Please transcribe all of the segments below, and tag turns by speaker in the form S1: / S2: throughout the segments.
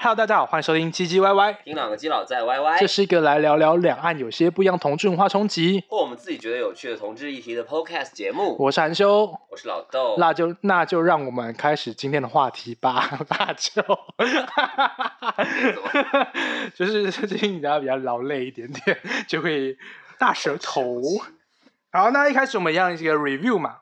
S1: Hello，大家好，欢迎收听唧唧歪歪，
S2: 听朗的基佬在 YY，
S1: 这是一个来聊聊两岸有些不一样同志文化冲击。
S2: 或我们自己觉得有趣的同志议题的 Podcast 节目。我
S1: 我是韩修，
S2: 是老豆，
S1: 那就那就让我们开始今天的话题吧，那就，就是最近大家比较劳累一点点，就会大舌头。好，那一开始我们一样一个 review 嘛，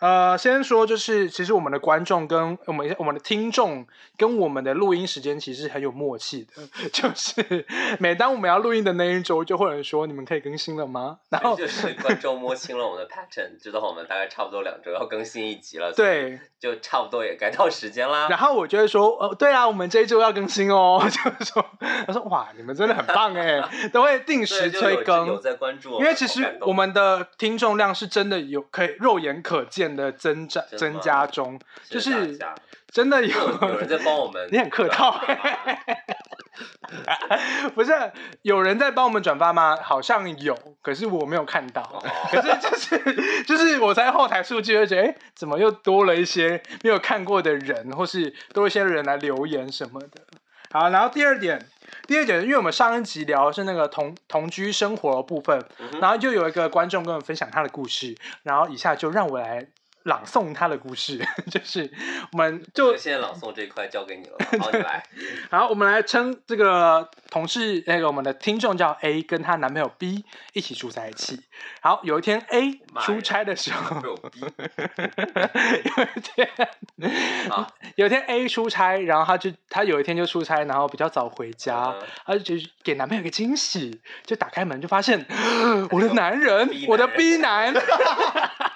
S1: 呃，先说就是其实我们的观众跟我们我们的听众跟我们的录音时间其实很有默契的， 就是每当我们要录音的那一周，就会有人说你们可以更新了吗？然后
S2: 就是观众摸清了我们的 pattern，知道我们大概差不多两周要更新一集了，，
S1: 对，
S2: 就差不多也该到时间啦
S1: 然。后我就会说，呃，对啊，我们这一周要更新哦， 就是说，他说哇，你们真的很棒哎，都会定时
S2: 对就有
S1: 催更
S2: 有，在关注我
S1: 因
S2: 们，
S1: 为其
S2: 好
S1: 实
S2: 感动
S1: 我们的听众量是真的有可以肉眼可见的增长
S2: 真的
S1: 增
S2: 吗
S1: 加中，
S2: 谢谢
S1: 就是
S2: 大家
S1: 真的有，
S2: 有有人在帮我们
S1: 你很客套
S2: 转发
S1: 不是有人在帮我们转发吗？好像有，可是我没有看
S2: 哦
S1: 到。可是就是就是我在后台数据会觉得，哎，怎么又多了一些没有看过的人，或是多一些人来留言什么的。好，然后第二点，第二点，因为我们上一集聊的是那个同同居生活的部分，
S2: 嗯哼
S1: 然后就有一个观众跟我分享他的故事，然后以下就让我来朗诵他的故事， 就是我们就
S2: 就现在朗诵这一块交给你了，好，你 来。
S1: 好，我们来称这个同事，那个我们的听众叫 A，跟她男朋友 B 一起住在一起。好，有一天 A
S2: 妈呀
S1: 出差的时候，
S2: 被我逼
S1: 有一天，
S2: 啊！
S1: 有一天 A 出差，然后她就她有一天就出差，然后比较早回家，
S2: 嗯
S1: 她就觉得给男朋友一个惊喜，就打开门就发现 我的男人
S2: 哎 B，男
S1: 我的 B 男。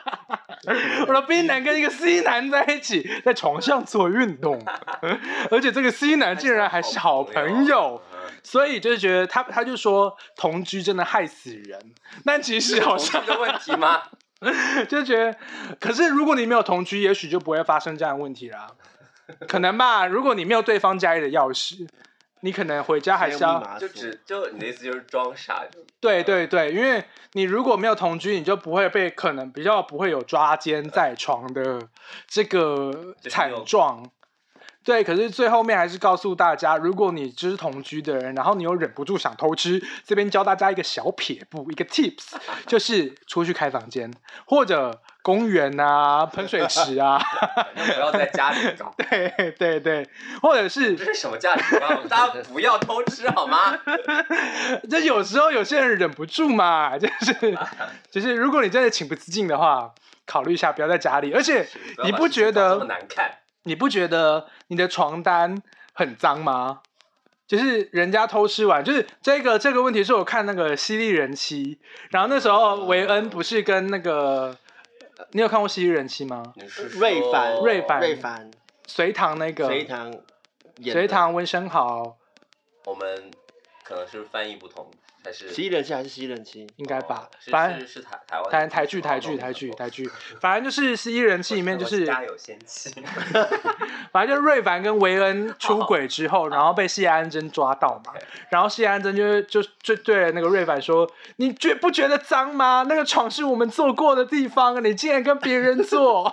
S1: 我的 B 男跟一个 C 男在一起，在床上做运 动，而且这个 C 男竟然还是好朋友，，
S2: 嗯
S1: 所以就是觉得他他就说同居真的害死人， 但其实 好
S2: 好是
S1: 像
S2: 个问题吗？
S1: 就觉得，可是如果你没有同居，也许就不会发生这样的问题啦，可能吧。如果你没有对方家里的钥匙，你可能回家还是要
S2: 就只就你的意思就是装傻，就
S1: 对对对，因为你如果没有同居，你就不会被可能比较不会有抓奸在床的这个
S2: 就是
S1: 惨
S2: 没有
S1: 状。对，可是最后面还是告诉大家，如果你就是同居的人，然后你又忍不住想偷吃，这边教大家一个小撇步，一个 tips，就是出去开房间或者公园啊、喷水池啊，
S2: 反正不要在家里搞。
S1: 对对对，或者是
S2: 这是什么价值 观？大家不要偷吃好吗？
S1: 这有时候有些人忍不住嘛，就是就是，如果你真的情不自禁的话，考虑一下，不要在家里。而且
S2: 要把
S1: 你不觉
S2: 事情搞这么
S1: 得
S2: 难看？
S1: 你不觉得你的床单很脏吗？就是人家偷吃完，就是这个这个问题是我看那个《犀利人妻》，然后那时候维恩不是跟那个，你有看过《犀利人妻》吗？
S2: 你是说
S3: 瑞凡
S1: 瑞凡
S3: 瑞凡、
S1: 隋唐那个
S3: 隋唐演的、
S1: 隋唐温升豪
S2: 我们可能是翻译不同，还是哦
S3: 十一人妻还是十一人妻？
S1: 应该吧，
S2: 是
S1: 反正
S2: 是是台台湾
S1: 台台剧台剧台剧台剧，反正就是《十一人气》里面就是，
S2: 家有仙 妻，
S1: 反正就是瑞凡跟维恩出轨之
S3: 哦
S1: 后，然后被谢安珍抓到嘛
S2: OK，
S1: 然后谢安珍就就就对那个瑞凡说：“你觉不觉得脏吗？那个床是我们坐过的地方，你竟然跟别人 坐，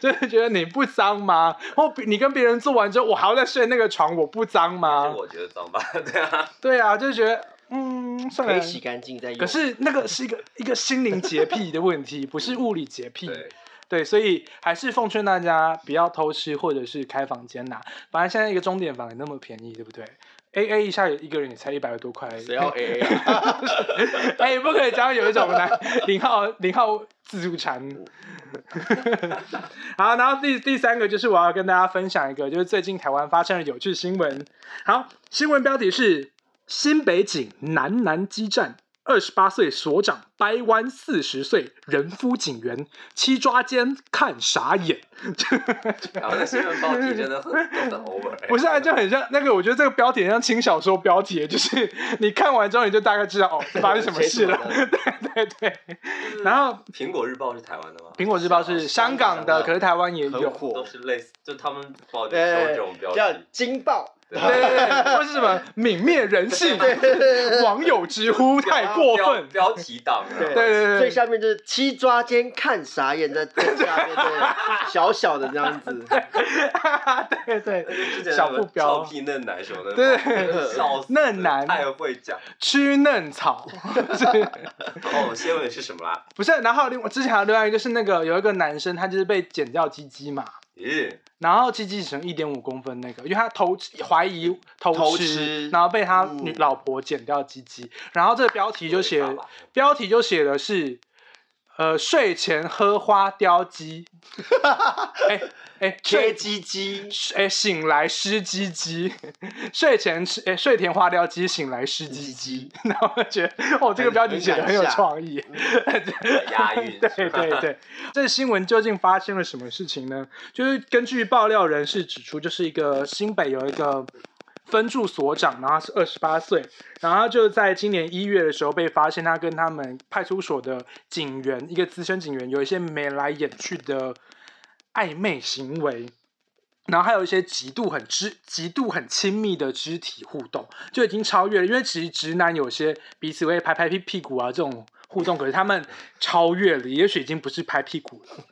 S1: 就是觉得你不脏吗？或你跟别人做完之后，我还要再睡那个床，我不脏
S2: 这
S1: 吗
S2: 个我觉得脏吧，对啊，？”
S1: 对啊，就觉得嗯，算
S3: 可
S1: 了
S3: 以。洗干净再用。
S1: 可是那个是一个一个心灵洁癖的问题，不是物理洁癖。
S2: 对，
S1: 对，所以还是奉劝大家不要偷吃或者是开房间呐、反正现在一个钟点房也那么便宜，对不对？A A 一下一个人也才一百多块而已，
S3: 谁要 A A 啊？
S1: 哎、不可以这样，有一种男零号零号自助餐。
S3: 嗯
S1: 好，然后第第三个就是我要跟大家分享一个，就是最近台湾发生的有趣新闻。好，新闻标题是新北警南南激战。二十八岁所长掰弯四十岁人夫警员，七抓奸看傻眼。
S2: 然后那新闻报题真的很都很 over，欸
S1: 不是啊，就很像那个，我觉得这个标题很像轻小说标题，就是 你看完之后你就大概知道 哦发生什么事了。 嗯对对对，然后
S2: 苹果日报是台湾的吗？啊
S1: 苹果日报是香港的，
S3: 香港的
S1: 可是台湾也
S3: 很
S1: 有。
S3: 火
S2: 都，是类似，就他们报的都是
S3: 对
S2: 这种标
S3: 叫
S2: 题，
S3: 惊爆，
S2: 对
S1: 对对对，或是什么泯灭人性，网友直呼太过分。
S2: 标标题党啊，
S3: 对
S1: 对对
S3: 最
S1: 对对，
S3: 下面就是七抓奸看傻眼的，在下面对小小的这样 子，
S1: 对对，
S2: 之前
S1: 小
S2: 什么
S1: 副标
S2: 臭屁嫩奶什么的，
S1: 对
S2: 笑死，
S1: 嫩男
S2: 太会讲。
S1: 吃嫩草。
S2: 哦，先问是什么啦？
S1: 不是，然后另我之前还有另外一个是那个有一个男生，他就是被剪掉鸡鸡嘛，
S2: 咦，
S1: 然后鸡鸡只剩一点五公分那个，因为他偷吃怀疑偷吃，
S3: 偷吃
S1: 然后被他
S3: 嗯
S1: 女、老婆剪掉鸡鸡，然后这个标题就写
S2: 违法吧
S1: 标题就写的是，呃，睡前喝花雕 鸡，哎哎，
S3: 切
S1: 睡
S3: 鸡鸡，
S1: 哎醒来湿鸡鸡， 睡前吃哎睡前花雕鸡，醒来湿鸡
S3: 鸡
S1: 鸡，
S3: 鸡，
S1: 然后我觉得哦这个
S3: 很
S1: 标题
S3: 很
S1: 写的
S3: 敢
S1: 很有
S3: 下
S1: 创意，
S2: 押 韵，
S1: 对对对，这新闻究竟发生了什么事情呢？就是根据爆料人士指出，就是一个新北有一个分驻所长，然后他是二十八岁，然后他就在今年一月的时候被发现，他跟他们派出所的警员，一个资深警员有一些眉来眼去的暧昧行为。然后还有一些极度很肢、极度很亲密的肢体互动，就已经超越了。因为其实直男有些彼此会拍拍屁屁股啊这种互动，可是他们超越了，也许已经不是拍屁股了，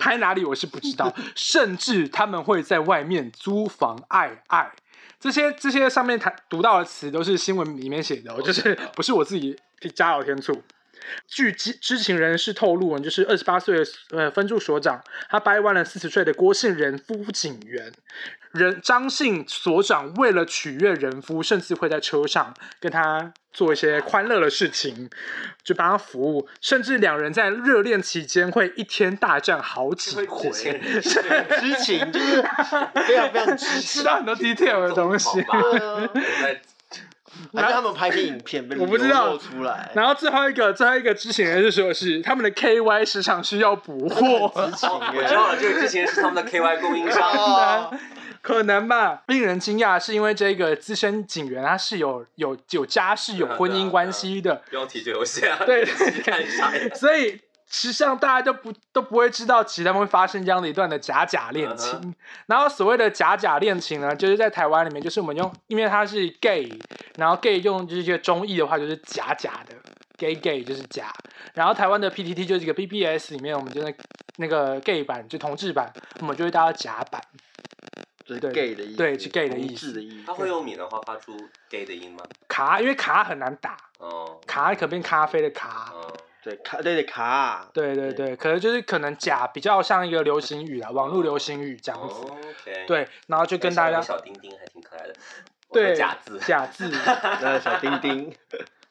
S1: 拍哪里我是不知道。甚至他们会在外面租房爱爱，这些这些上面谈读到的词都是新闻里面写的哦，就是不是我自己加油添醋。据知知情人士透露，就是二十八岁的呃分驻所长，他掰弯了四十岁的郭姓人夫警员。人张姓所长为了取悦人夫，甚至会在车上跟他做一些欢乐的事情，就帮他服务，甚至两人在热恋期间会一天大战好几
S2: 会
S1: 回
S2: 指，前
S3: 知情就是非常非常知
S1: 知
S3: 情，
S1: 道很多 detail 的东西。
S3: 对啊
S2: 在
S3: 还是他们拍些影片被
S1: 我不知道
S3: 流露出来，
S1: 然后最后一个最后一个知情人士说的是，他们的 KY 时常需要补 货。
S3: 很知情
S2: 我知道了，这个之前是他们的 KY 供应商，
S3: 哦，
S1: 可能吧。令人惊讶是因为这个资深警员他是有有有家室、有
S2: 对啊
S1: 婚
S2: 对啊对
S1: 姻
S2: 啊
S1: 关系的，
S2: 标题就有写 啊，
S1: 对
S2: 你看啥呀？
S1: 所以实际上大家都不都不会知道，其实他们会发生这样的一段的假假恋情。
S2: 嗯
S1: 然后所谓的假假恋情呢，就是在台湾里面，就是我们用，因为它是 gay，然后 gay 用就是一个中译的话就是假假的。gay gay 就是假，然后台湾的 PTT 就是一个 BBS 里面，我们就是那个 gay 版，就同志版，我们就会叫它假版。
S3: 就是
S1: 对
S3: gay 的意思，
S1: 对是 gay 的意思
S3: 同志的意
S2: 他会用闽南话发出 gay 的音吗？
S1: 卡，因为卡很难打，
S2: 哦，
S1: 卡可变咖啡的卡。
S2: 哦，
S3: 对卡对对卡，
S1: 对对
S3: 对
S1: 对，
S2: 嗯
S1: 可能就是可能假比较像一个流行语啦，网络流行语这样子。
S2: 哦 OK，，
S1: 对，然后就跟大
S2: 像有
S1: 家
S2: 个小丁丁还挺可爱的，我说
S1: 对
S2: 假字，
S1: 假字，
S3: 那小丁丁，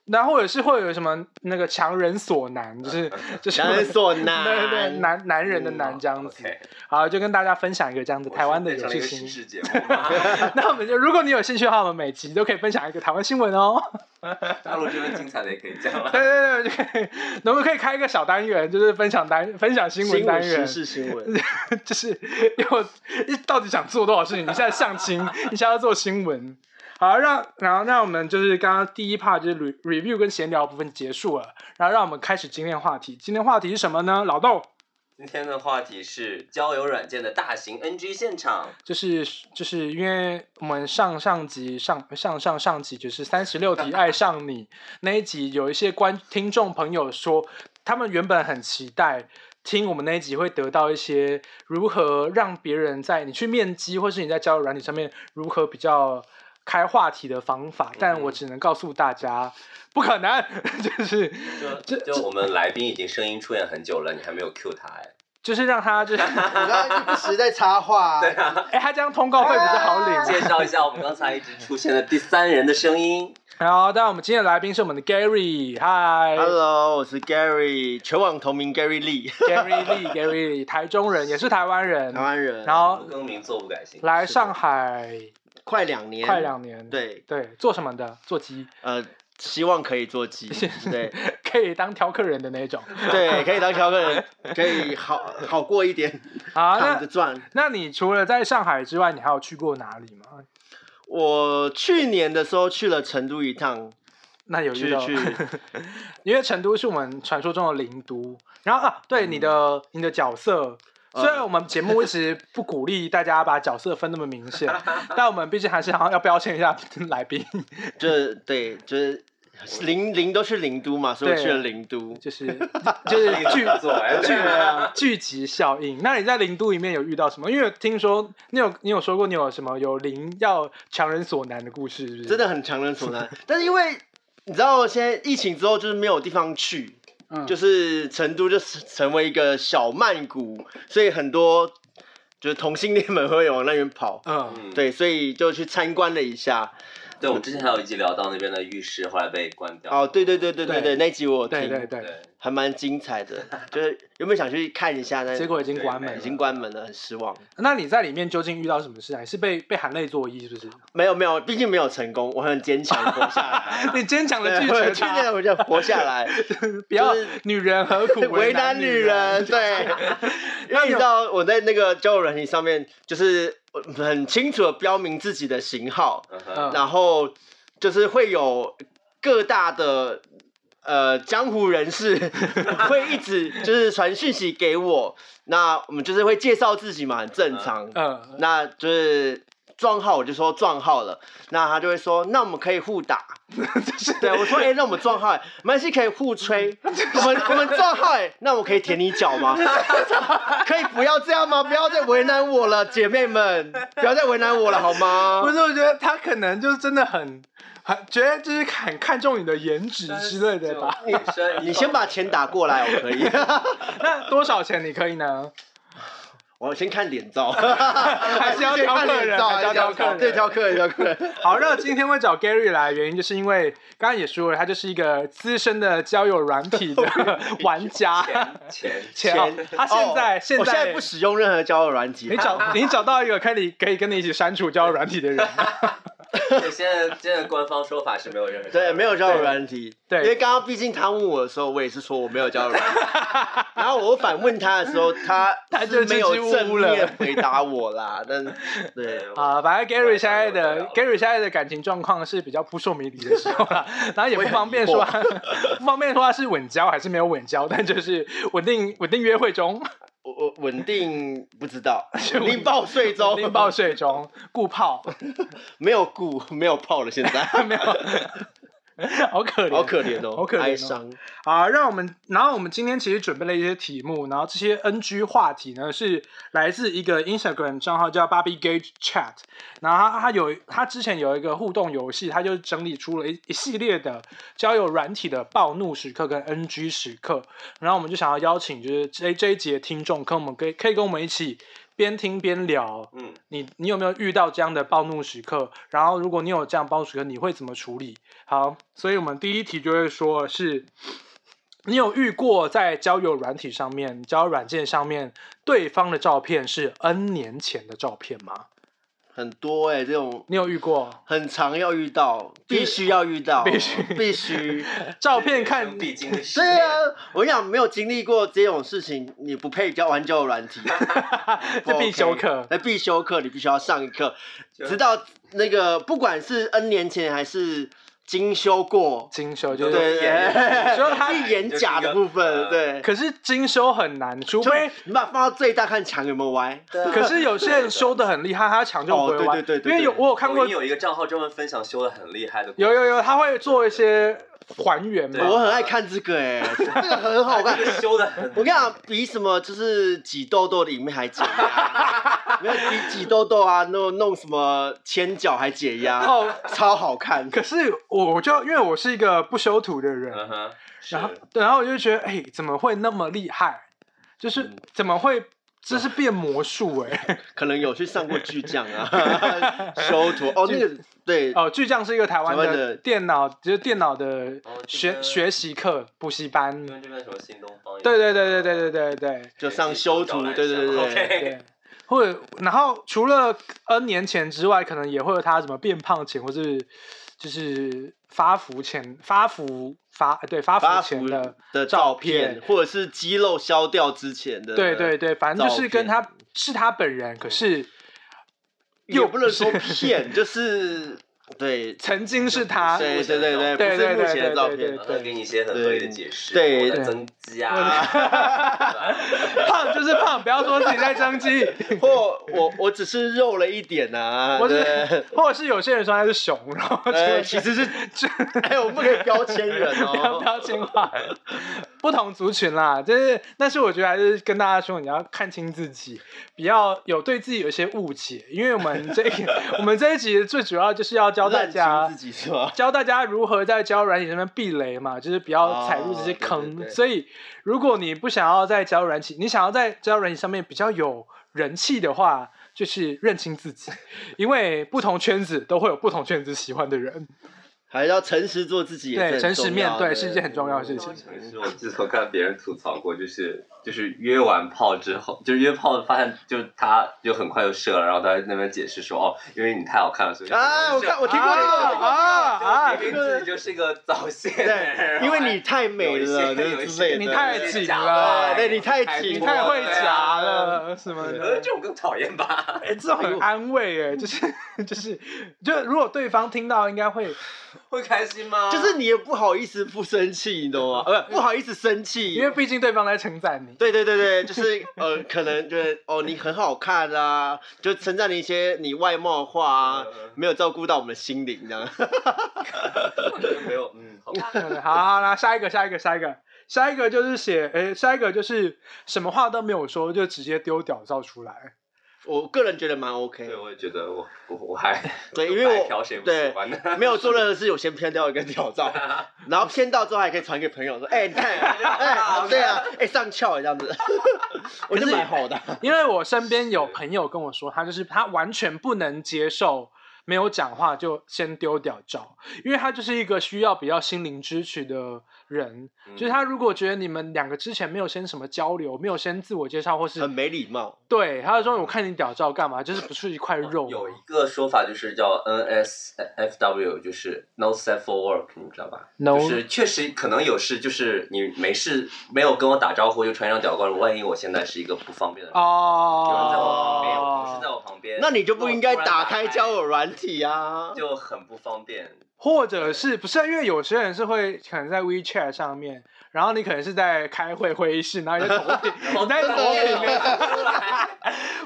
S1: 然后或者是会有什么那个强人所难，就是就是
S3: 强人 所
S1: 对对对
S3: 难，
S1: 男男人的
S3: 嗯
S1: 难这样子。
S2: 哦 OK，
S1: 好，就跟大家分享一个这样子台湾的
S2: 我是
S1: 有
S2: 变成
S1: 趣
S2: 了一
S1: 新
S2: 个新
S1: 闻。
S2: 式 节目吗？
S1: 那我们就如果你有兴趣的话，我们每集都可以分享一个台湾新闻哦。
S2: 大陆这边精彩的也可以讲了。
S1: 对对对对， 我们可以开一个小单元，就是分享单分享新闻
S3: 新
S1: 单
S3: 闻
S1: 元
S3: 时。事新闻，
S1: 就是有到底想做多少事情？你现在相亲，你现在要做新闻。好，让然后让我们就是刚刚第一 part 就是 re review 跟闲聊部分结束了，然后让我们开始今天话题。今天话题是什么呢？老豆，
S2: 今天的话题是交友软件的大型 NG 现场。
S1: 就是就是因为我们上上集上上上上集就是三十六题爱上你那一集，有一些观听众朋友说，他们原本很期待听我们那一集会得到一些如何让别人在你去面基或是你在交友软体上面如何比较开话题的方法，但我只能告诉大家，不可能， 就是
S2: 就就我们来宾已经声音出演很久了，你还没有 Q 他哎。
S1: 就是让他就是，哎、
S3: 你刚刚一直在插话，
S2: 对啊，
S1: 他这样通告费比较好领。啊
S2: 介绍一下我们刚才一直出现的第三人的声音。
S1: 好，但我们今天的来宾是我们的 Gary，嗨
S3: Hello，我是 Gary，全网同名 Gary Lee，
S1: Gary Lee Gary Lee，台中人，也是台湾人，
S3: 台湾人，
S1: 然后
S2: 不更名做不改姓。
S1: 来
S3: 是的
S1: 上海
S3: 快两年，
S1: 快，两年，
S3: 对，
S1: 对，做什么的？做鸡，
S3: 呃，希望可以做鸡，对
S1: 可以当挑客人的 那种。
S3: 对，可以当小个人，可以好好过一点，
S1: 好，
S3: 躺着
S1: 那
S3: 赚。
S1: 那你除了在上海之外，你还有去过哪里吗？
S3: 我去年的时候去了成都一趟，
S1: 那有遇
S3: 去
S1: 到，
S3: 去 嗯
S1: 因为成都是我们传说中的灵都。然后啊，对你的你的角色
S3: 呃
S1: 虽然我们节目一直不鼓励大家把角色分那么明 显，但我们毕竟还是好像要标签一下来宾，
S3: 这对，这零零都去零都嘛，所以我去了零都。
S1: 就是就是剧
S2: 作哎
S1: 剧呃 聚集效应。那你在零度里面有遇到什么？因为听说你有你有说过你有什么有零要强人所难的故事，是不是？
S3: 真的很强人所难。但是因为你知道，现在疫情之后就是没有地方去，
S1: 嗯，
S3: 就是是成都就是成为一个小曼谷，所以很多就是同性恋们会往那边跑。
S1: 嗯
S2: 嗯，
S3: 对，所以就去参观了一下。
S2: 对，我们之前还有一集聊到那边的浴室，后来被关掉。
S3: 哦，对对对对
S1: 对
S3: 对对，那集我有
S1: 对对
S3: 听，
S1: 对，
S2: 对，
S3: 还蛮精彩的。就是原本想去看一下，但
S1: 结
S3: 是
S1: 果已经关门
S2: 对
S3: 已
S1: 了，
S3: 经关门了，很失望。
S1: 那你在里面究竟遇到什么事啊？你是被被含泪作揖是不是？
S3: 没有没有，毕竟没有成功，我很坚强活下 来。
S1: 你坚强的拒
S3: 对，
S1: 绝
S3: 我
S1: 他
S3: 去年我就活下来。
S1: 不要
S3: 就是
S1: 女人何苦
S3: 为
S1: 难
S3: 难女
S1: 人？
S3: 人， 对。因为你知道我在那个交友软件上面，就是我很清楚的标明自己的型号，
S2: 嗯
S1: 嗯
S2: 哼，
S3: 然后就是会有各大的呃江湖人士 会一直就是传讯息给我，那我们就是会介绍自己嘛，很正常。
S1: 嗯，
S3: 那就是撞号，我就说撞号了，那他就会说，那我们可以互 打。对，我说，哎、那我们撞号、欸，没关系，可以 互吹。我们我们撞号、欸，那我可以舔你脚吗？可以不要这样吗？不要再为难我了，姐妹们，不要再为难我了，好
S1: 不
S3: 吗？
S1: 是，我觉得他可能就真的很很觉得就是很看重你的颜值之类的吧。
S2: 女 生，
S3: 你先把钱打过来，我可以。
S1: 那多少钱你可以呢？
S3: 我先看脸照，
S1: 还
S3: 还
S1: 是要挑客人还是要挑客人
S3: 对，挑客人，挑客人。
S1: 好，那今天会找 Gary 来，原因就是因为刚刚也说了，他就是一个资深的交友软体 的玩家。
S2: 钱钱，
S1: 钱哦，他现在、
S3: 哦
S1: 现
S3: 我现在不使用任何交友软体
S1: 你， 找你找到一个可以可以跟你一起删除交友软体的人，
S2: 对，现在现在官方说法是没有任何
S3: 对，没有交友软体。
S1: 对
S3: 因为刚刚毕竟他问我的时候，我也是说我没有交友软体。 然后我反问他的时候，他
S1: 他
S3: 是
S1: 就
S3: 没有
S1: 支支吾吾
S3: 正
S1: 了
S3: 面回答我啦。但对，
S2: 对
S1: 啊，反正 Gary 现在
S2: 我也
S1: 的
S2: 不知道
S1: Gary 现在的感情状况是比较扑朔迷离的时候 啦，然后也不
S3: 我也很
S1: 方便
S3: 疑惑
S1: 说， 不方便说他是稳交还是没有稳交，但就是稳定稳定约会中，，
S3: 我我稳定不知道
S1: 就
S3: 稳定报税中
S1: 稳，定报税中，顾泡
S3: 没有顾没有泡了，现在
S1: 没有，好可怜，
S3: 好可怜哦，
S1: 好可怜哦
S3: 哀伤。
S1: 啊，让我们，然后我们今天其实准备了一些题目，然后这些 NG 话题呢是来自一个 Instagram 账号叫 Bobby Gage Chat，然后他他有他之前有一个互动游戏，他就整理出了一一系列的交友软体的暴怒时刻跟 NG 时刻，然后我们就想要邀请就是这这一节听众跟我们可以可以跟我们一起边听边聊，
S2: 嗯，
S1: 你你有没有遇到这样的暴怒时刻？然后如果你有这样暴怒时刻，你会怎么处理？好，所以我们第一题就会说是，你有遇过在交友软体上面、交友软件上面，对方的照片是 N 年前的照片吗？
S3: 很多哎、这种
S1: 你有遇过？
S3: 很常要遇到，
S1: 就是
S3: 必须要遇到，
S1: 必须
S3: 必须。
S1: 照片看
S2: 必经的事。
S3: 对啊，我想没有经历过这种事情，你不配交玩交友软体，
S1: 这必修
S3: OK，
S1: 课。
S3: 那必修课你必须要上一课，
S2: 就
S3: 直到那个不管是 N 年前还是精修过，
S1: 精修就
S3: 对
S1: 是，
S3: 对哎对，
S1: 只 有他
S3: 一眼假的部分，对，
S1: 可是精修很难，除
S3: 就
S1: 非
S3: 你把它放到最大看墙有没有歪，
S1: 可是有些人修的很厉害，他抢救
S3: 哦
S1: 不会
S3: 对
S1: 玩。
S3: 对对对
S1: 因为
S3: 对
S1: 有我有看过
S2: 抖音有一个账号专门分享修的很厉害的，
S1: 有有有，他会做一些还原
S2: 对
S3: 我
S1: 嘛。
S3: 很爱看这个哎、这个很好看。
S2: 修的很。
S3: 我跟你讲，比什么就是挤痘痘的影片还解 压，没有比挤痘痘啊，弄弄什么牵脚还解压，
S1: 哦，
S3: 超好看。
S1: 可是我我就因为我是一个不修图的人，
S2: 嗯哼，
S1: 然后对然后我就觉得，哎，怎么会那么厉害？就是
S3: 嗯
S1: 怎么会？这是变魔术哎！
S3: 可能有去上过巨匠啊，修图哦，那个对，
S1: 哦，巨匠是一个台湾
S3: 台湾的
S1: 的电脑，就是电脑的
S2: 哦这
S1: 学
S2: 个
S1: 学习课补习班
S2: 你。们这边什么新东方？
S1: 对对对对对对对对
S3: 就上修图，对对对对对，
S2: OK，
S1: 对。或者，然后除了 N 年前之外，可能也会有他什么变胖前，或是就是发福前、发福发对发
S3: 发
S1: 福前
S3: 福
S1: 的
S3: 的
S1: 照
S3: 照
S1: 片
S3: 片，或者是肌肉消掉之前的，
S1: 对对对，反正就
S3: 照
S1: 是跟
S3: 片
S1: 他是他本人，可是
S3: 也
S1: 又
S3: 不能
S1: 是
S3: 说骗，就是对
S1: 曾经是他，
S3: 对对对
S1: 对
S3: 不
S1: 对
S3: 是目前
S1: 对
S3: 的照
S1: 对
S3: 片啊
S1: 对。
S2: 然后给你一些很合理的解释，
S3: 对
S2: 我的
S1: 对
S2: 增肌啊，
S1: 胖就是胖，不要说自己在增 肌，
S3: 或我我只是肉了一 点啊，
S1: 或
S3: 对
S1: 者或者是有些人说他是熊，然后
S3: 呃，
S1: 就
S3: 其实 是，
S1: 就
S3: 哎，我们不可以标签人
S1: 不 要
S3: 哦
S1: 不。要进化，不同族群啦，就是，但是我觉得还是跟大家说，你要看清自己，不要有对自己有一些误解，因为我们这我们这一 集最主要就是要教大
S3: 认清
S1: 家
S3: 自己是吧？
S1: 教大家如何在交友软体上面避雷嘛，就是不要踩入这些
S3: 哦对
S1: 坑。
S3: 对对
S1: 所以，如果你不想要在交友软体，你想要在交友软体上面比较有人气的话，就是认清自 己，因为不同圈子都会有不同圈子喜欢的人。
S3: 还是要诚实做自己也是
S1: 对
S3: 很
S1: 诚实
S3: 重
S1: 面
S3: 要
S1: 对
S3: 的
S1: 是一件很重要的事情
S2: 可是我自从看别人吐槽过，就是就是约完炮之后，就是约炮发现，就是他就很快就射了，然后他在那边解释说，哦，因为你太好看了，所以就
S3: 啊！我看我听过
S1: 啊
S3: 这个，
S1: 啊啊！
S2: 就明明自己就是个早泄 的人，
S3: 对，因为你太美
S2: 有
S3: 了，
S2: 一些
S3: 就是之类的。
S1: 你太紧了
S2: 了，
S3: 对你太紧
S1: 你
S3: 了啊
S1: 太会
S3: 对
S1: 夹了什么
S2: 呃，
S1: 的。
S2: 啊这种更讨厌吧？
S1: 哎，这很安慰哎，就是 就是，就如果对方听到，应该会，
S2: 会开心吗？
S3: 就是你也不好意思不生气，你懂吗？ 呃，不好意思生气，
S1: 因为毕竟对方在称赞你。
S3: 对对对对， 就是呃，可能就是哦，你很好看啊，就称赞你一些你外貌的话啊，
S2: 嗯
S3: 没有照顾到我们的心灵这样。
S2: 没有，嗯，好吧。
S1: 对 好好，那下一个，下一个，下一个，下一个就是写，哎，下一个就是什么话都没有说，就直接丢屌照出来。
S3: 我个人觉得蛮 OK，
S2: 对，我也觉得我我我还
S3: 对，因为
S2: 白嫖
S3: 我
S2: 谁不喜
S3: 对
S2: 欢呢？
S3: 没有做任何事，我先偏掉一个屌 照，然后偏到之后还可以传给朋友说，哎、你看，哎，对啊，哎、上翘这 样子，我觉得蛮好的。
S1: 因为我身边有朋友跟我说，他就是他完全不能接受没有讲话就先丢屌照，因为他就是一个需要比较心灵支持的人。
S2: 嗯
S1: 就是他如果觉得你们两个之前没有先什么交流，没有先自我介绍，或
S3: 很
S1: 是
S3: 没礼貌，
S1: 对，他就说我看你屌照干嘛，就是不是一块肉。
S2: 有一个说法就是叫 NSFW，就是 No Set for Work，你知道吧
S1: No
S2: 就是确实可能有事，就是你没事没有跟我打招呼就穿上屌冠，万一我现在是一个不方便的人，有人在我旁边，有同事在
S1: 哦，
S2: 我旁边，
S3: 哦那你就不应该
S2: 如果突然
S3: 打
S2: 打
S3: 开交友软体啊。
S2: 就很不方便。
S1: 或者是不是啊因为有些人是会可能在 WeChat 上面，然后你可能是在开会会议室，然后你在头 顶，你在头顶 面，
S2: 出来。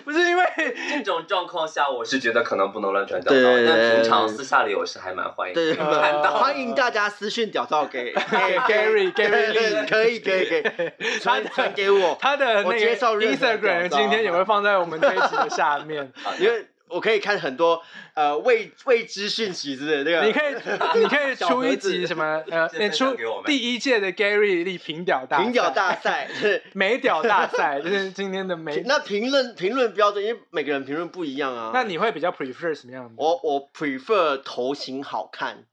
S1: 不是因为
S2: 这种状况下，我是觉得可能不能乱传屌照，
S3: 对
S2: 但平常私下里我是还蛮欢迎的。
S3: 对，
S1: 看到
S3: 欢迎大家私讯屌照 给给
S1: Gary- 哎 Gary
S3: 对可以可以可 以，传传给我，
S1: 他的那
S3: 我
S1: 个
S3: 接受任何的
S1: Instagram
S3: 表达
S1: 今天也会放在我们这一集的下 面。
S3: 因为我可以看很多呃未未知讯息之类的。那个
S1: 你可以，你可以出一集什么呃，
S2: 直接
S1: 你
S2: 分享
S1: 出
S2: 给我们
S1: 第一届的 Gary 力评屌大赛
S3: 评屌大赛， 对
S1: 美屌大赛，就是今天的美。
S3: 那评论评论标准，因为每个人评论不一样啊。
S1: 那你会比较 prefer 什么样的？
S3: 我我 prefer 头型好 看。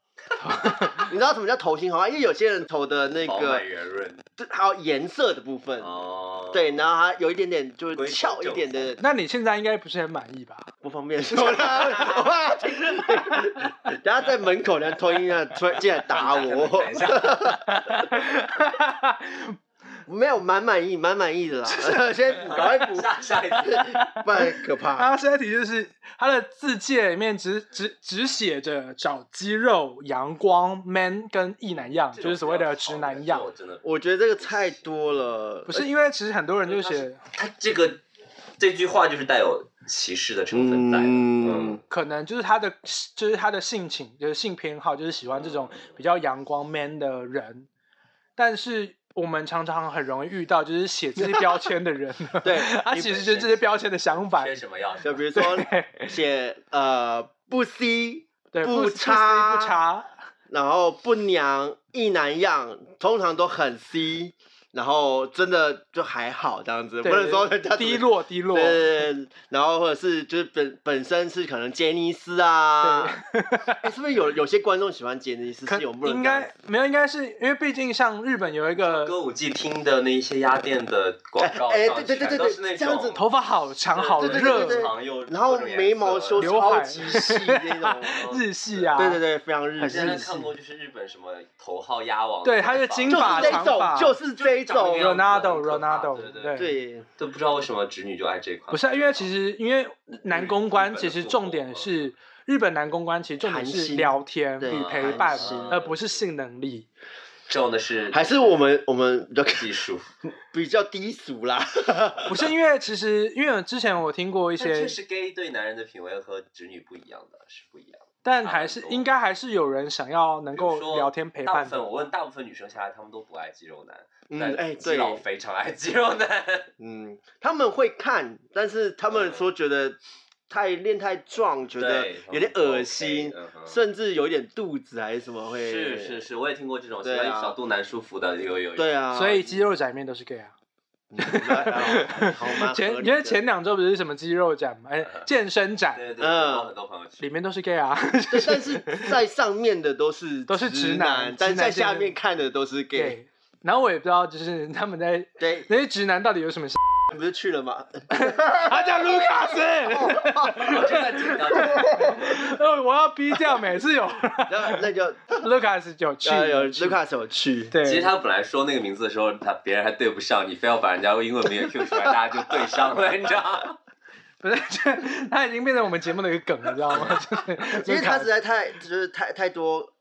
S3: 你知道什么叫头型好看？因为有些人头的那
S2: 饱满
S3: 个，
S2: 圆润
S3: 还有颜色的部分，
S2: 哦，
S3: 对，然后它有一点点就
S2: 规
S3: 是
S2: 则
S3: 翘一点的，
S1: 那你现在应该不是很满意吧？
S3: 不方便说啦。我怕他听着等下在门口呢，偷音啊，突然进来打我
S2: 等一，下
S3: 没有，蛮满意，蛮满意的啦。先补，赶快补，
S2: 下下一题，
S3: 不然很可怕。
S1: 他现在题就是他的字界里面只只只写着找肌肉、阳光、man 跟异男样，就是所谓的直男样
S2: 这种。比较好的。这种我真的
S3: 我觉得这个太多了，
S1: 不是因为其实很多人就
S2: 他
S1: 写
S2: 他这个这句话就是带有歧视的成分在的。
S3: 嗯，
S1: 可能就是他的，就是他的性情，就是性偏好，就是喜欢这种比较阳光 man 的人。但是我们常常很容易遇到，就是写这些标签的人，
S3: 对
S1: 他其实就是这些标签的想法
S2: 缺。什么药？
S3: 就比如说写呃不 C，
S1: 对，
S3: 不
S1: 不
S3: 差
S1: 不差，
S3: 然后不娘一男样，通常都很 C，然后真的就还好这样子，
S1: 对
S3: 不能说人家怎么
S1: 低。落低落
S3: 对。对对，然后或者是就是本本身是可能杰尼斯啊， 哎，是不是有有些观众喜欢杰尼斯？
S1: 可
S3: 是有不能
S1: 应
S3: 这样子
S1: 该没有，应该是因为毕竟像日本有一个
S2: 歌舞伎厅的那些鸭店的广告，
S3: 哎哎
S2: 上
S3: 对对对
S2: 全都是那
S3: 对
S2: 种
S3: 这样子
S1: 头发好长好
S3: 对对
S1: 热
S3: 对对
S2: 长又
S3: 然后
S2: 各种颜色
S3: 眉毛修
S1: 刘海
S3: 超级细那 种，
S1: 日系啊，
S3: 对对对，非常日
S2: 我
S3: 系
S2: 之。前看过，就是日本什么头号鸭王，
S1: 对他就金
S3: 就是
S1: 发
S3: 这
S1: 长发
S3: 种，就是这
S2: 长那个
S3: 种，
S2: 样子
S1: ，Ronaldo
S2: 很可怕
S1: Ronaldo，
S2: 对对
S1: 对
S3: 对，
S2: 都不
S1: 啊
S2: 知道为什么直女就爱这款。
S1: 不是啊，因为其实因为男公关其实重点是日本男公关其实重点
S3: 谈
S1: 是
S3: 心
S1: 聊天
S3: 对
S1: 与陪
S3: 谈
S1: 伴
S3: 心，
S1: 而不是性能 力。
S2: 重的是
S3: 还是我们我们比较
S2: 技术，
S3: 比较低俗 啦。
S1: 不是因为其实因为之前我听过一
S2: 但确
S1: 些，
S2: 实 gay 对男人的品味和直女不一样的，是不一样的。
S1: 但
S2: 差
S1: 还
S2: 很
S1: 是
S2: 多
S1: 应该还是有人想要能
S2: 比如
S1: 够
S2: 说
S1: 聊天陪
S2: 大
S1: 伴
S2: 部分
S1: 的。
S2: 我问大部分女生下来，她们都不爱肌肉男，
S3: 嗯，
S2: 但
S3: 哎，
S2: 基
S3: 对，
S2: 佬非常爱肌肉 男。
S3: 嗯，他们会看，但是他们
S1: 嗯
S3: 说觉得太练太壮，觉得
S2: 对
S3: 有点恶心，
S2: 嗯哼
S3: 甚至有点肚子还是什么会。
S2: 是是是，我也听过这种喜
S3: 对
S2: 欢
S3: 啊
S2: 小肚腩舒服的，有有有。
S3: 对啊，
S1: 所以肌肉展面都是 gay 啊。
S3: 嗯那好哦蛮合
S1: 前
S3: 理的
S1: 因为前两周不是什么肌肉展嘛，哎， 健身展
S2: 对对，
S3: 嗯
S2: 我有很多朋友去。
S1: 里面都是 gay 啊。
S3: 对，但是在上面的都 是
S1: 都是直
S3: 直
S1: 男直
S3: 但
S1: 男
S3: 在下
S1: 真的
S3: 面看的都是 gay。
S1: gay。然后我也不知道，就是 他们在
S3: 对，
S1: 那些直男到底有什么想。
S3: 不是去了吗？
S1: 他叫卢卡 斯，
S2: 我正在紧张 着。
S1: 呃我要逼掉。每次有
S3: 然后那就
S1: 卢卡斯就去，
S3: 呃有 Lucas 有去，
S1: 对，
S2: 其实他本来说那个名字的时候，他别人还对不上，你非要把人家英文名也 Q 出来，大家就对上了，你知道 吗？
S1: 不是， 这他已经变成我们节目的一个梗，你知道吗？ 就是
S3: 因为他实
S1: Lucas
S3: 在太就是太太多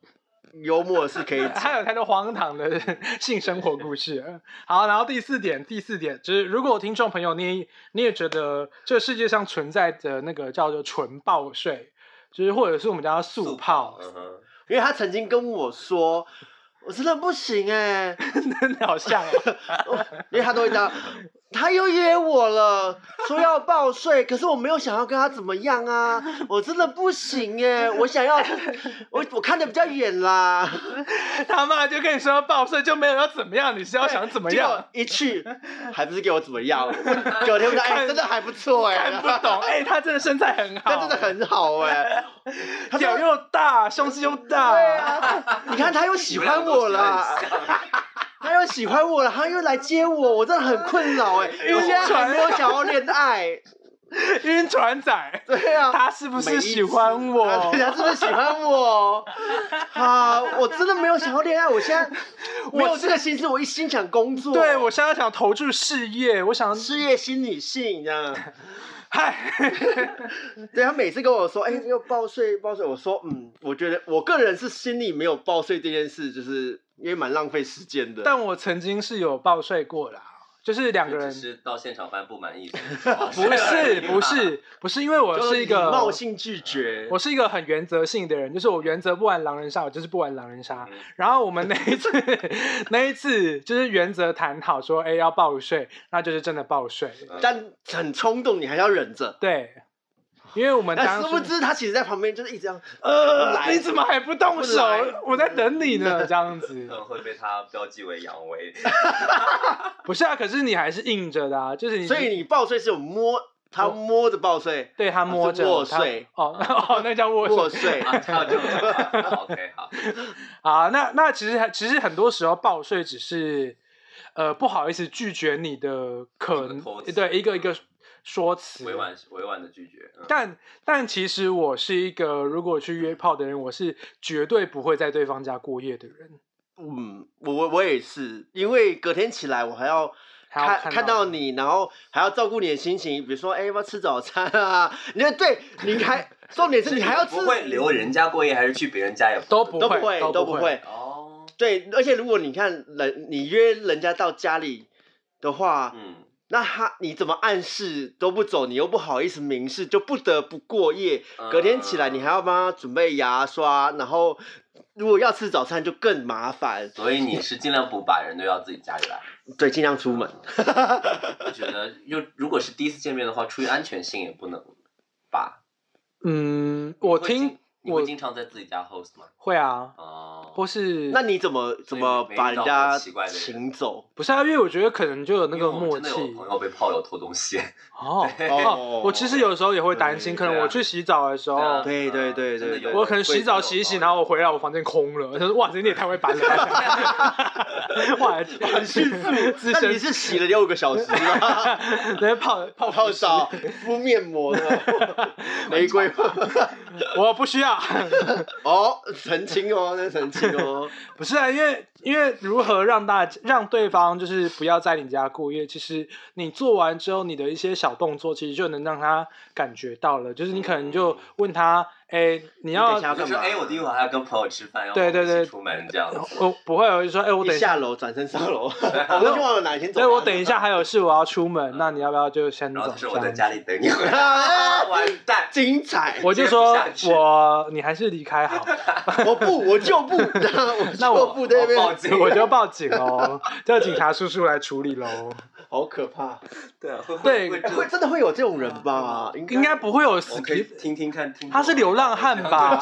S3: 幽默的事可以 讲。
S1: 他有太多荒唐的 性生活故事了。好，然后第四点，第四点就是，如果听众朋友你你也觉得这世界上存在的那个叫做纯报税，就是或者是我们叫它速泡，
S2: 嗯哼，
S3: 因为他曾经跟我说，我真的不行哎、
S1: 真的好像哦。
S3: 因为他都会这样，他又约我了，说要报税，可是我没有想要跟他怎么样啊，我真的不行哎、我想要，我我看的比较远啦，
S1: 他妈就跟你说报税就没有要怎么样，你是要想怎么样？
S3: 结果一去还不是给我怎么样，我隔天我就哎、
S1: 看
S3: 真的还不错哎、
S1: 看不懂，哎、他真的身材很好，
S3: 他真的很好哎、 他
S1: 脚
S3: 又
S1: 又大，胸肌又大，
S3: 对啊，你看他又喜欢我啦。他又喜欢我了，他又来接我，我真的很困扰哎、
S1: 晕
S3: 我现在还没有想要恋爱，
S1: 晕船仔。
S3: 对啊，
S1: 他哦是不是喜欢我？
S3: 啊对他是不是喜 欢我？啊，我真的没有想要恋爱，我现在没有这个心思，我一心想工作，
S1: 对，我现在想投注事业，我想，
S3: 事业心理性这样。
S1: 嗨，
S3: 对他每次跟我说，哎、要报税报税，我说，嗯，我觉得我个人是心里没有报税这件事，就是因为蛮浪费时间的。
S1: 但我曾经是有报税过啦，就是两个
S2: 就只
S1: 人，
S2: 是到现场发现不满意。
S1: 不 是不是不是，因为我
S3: 就是
S1: 一个
S3: 礼貌性拒 绝，
S1: 我是一个很原则性的人，就是我原则不玩狼人杀，我就是不玩狼人杀。
S3: 嗯
S1: 然后我们那一次， 那一次就是原则谈好说，哎，要报税，那就是真的报税。
S3: 但很冲动，你还要忍着。
S1: 对，因为我们
S3: 但
S1: 当
S3: 哎殊不
S1: 时，
S3: 知他其实在旁边就是一直这样，
S1: 呃，
S3: 来
S1: 你怎么还不动手
S3: 不来？
S1: 我在等你呢，这样
S2: 可
S1: 子。
S2: 能会被他标记为阳 痿。
S1: 不是啊，可是你还是硬着的啊， 就是你，
S3: 所以你报税是有摸他
S1: 我
S3: 摸着报税。
S1: 对他摸着
S3: 是
S1: 他
S3: 卧睡
S1: 哦 哦，那叫卧
S3: 破
S1: 睡。
S3: 碎，
S2: 啊，还有这种想法 OK，好，
S1: 啊，那那其实还其实很多时候报税只是呃不好意思拒绝你的可
S2: 一个
S1: 能
S2: 托，词嗯
S1: 对一个一个说辞
S2: 委。婉委婉的拒绝。嗯
S1: 但但其实我是一个如果去约炮的人，我是绝对不会在对方家过夜的人。
S3: 嗯，我我我也是，因为隔天起来我还要
S1: 还要
S3: 看
S1: 看
S3: 看
S1: 到
S3: 到你，然后还要照顾你的心情，比如说，哎、要不要吃早餐啊？ 你看，对，你还重点是你还要吃
S2: 不，会留人家过夜，还是去别人家也
S1: 都不
S3: 都
S1: 会，
S3: 不会，
S1: 都
S3: 不
S1: 会。
S3: 会。
S2: 哦，
S3: 对，而且如果你看人，你约人家到家里的话，
S2: 嗯，
S3: 那他你怎么暗示都不走，你又不好意思明示，就不得不过夜。
S2: 啊
S3: 隔天起
S2: 呃
S3: 来，你还要帮他准备牙刷，然后如果要吃早餐就更麻烦。
S2: 所以你是尽量不把人留到自己家里来。
S3: 对，尽量出门。
S2: 我觉得，又如果是第一次见面的话，出于安全性也不能吧。
S1: 嗯，我听
S2: 你会
S1: 我
S2: 经常在自己家 host 吗？
S1: 会啊，
S2: 哦，
S1: 或是
S3: 那你怎么怎么
S2: 没遇
S3: 把人
S2: 到过
S3: 家
S2: 奇怪的人
S3: 请走？
S1: 不是啊？因为我觉得可能就有那
S2: 因为
S1: 个
S2: 我
S1: 默
S2: 真的有
S1: 契。
S2: 朋友被炮友偷东西，
S1: 哦哦
S3: 哦，
S1: 我其实有时候也会担心，
S3: 对
S1: 可能
S2: 对啊啊
S1: 我去洗澡的时候，
S3: 哦对对对对对
S1: 我可能洗澡洗一洗，然后我回来，我房间空了。 他说：“哇，这你也太会搬了 吧， 哇，很
S3: 幸 福
S1: 资
S3: 那
S1: 深
S3: 你是洗了六个小时吗？
S1: 人泡泡
S3: 泡
S1: 泡
S3: 澡、敷面膜的玫瑰花。
S1: 我不需要。
S3: 哦，澄清哦，那澄清哦。
S1: 不是啊，因为因为如何让大家让对方就是不要在你家过夜，其实你做完之后，你的一些小动作，其实就能让他感觉到了。就是你可能就问他，哎，你
S3: 你
S1: 要
S3: 等一下要
S2: 就
S3: 干
S2: 说
S3: 嘛？
S2: 哎，我第一晚还要跟朋友吃饭，要
S1: 对对对
S2: 出门这样 子。
S1: 我不会，我就说哎，我等
S3: 一
S1: 一下，
S3: 下楼转身上楼，我都忘了哪一天走。
S1: 对我等一下还有事我要出门，那你要不要就先
S2: 然后
S1: 走
S2: 他？说我在
S1: 这样
S2: 家里等你 回来，
S3: 啊，
S2: 完 蛋，
S3: 精彩！
S1: 我就
S2: 接不
S1: 说
S2: 下去
S1: 我你还是离开 好，
S3: 我不，我就不，我
S1: 那我
S3: 就不在那
S2: 我报
S3: 边，
S2: 警，
S1: 我就报警 喽，叫警察叔叔来处理喽。
S3: 好可怕！
S2: 对会
S1: 对
S2: 会
S3: 哎会
S2: 会
S3: 真的会有这种人吧？
S1: 应该不会有死
S2: 我可以
S1: 皮，
S2: 听听看，听
S1: 他是流浪汉 吧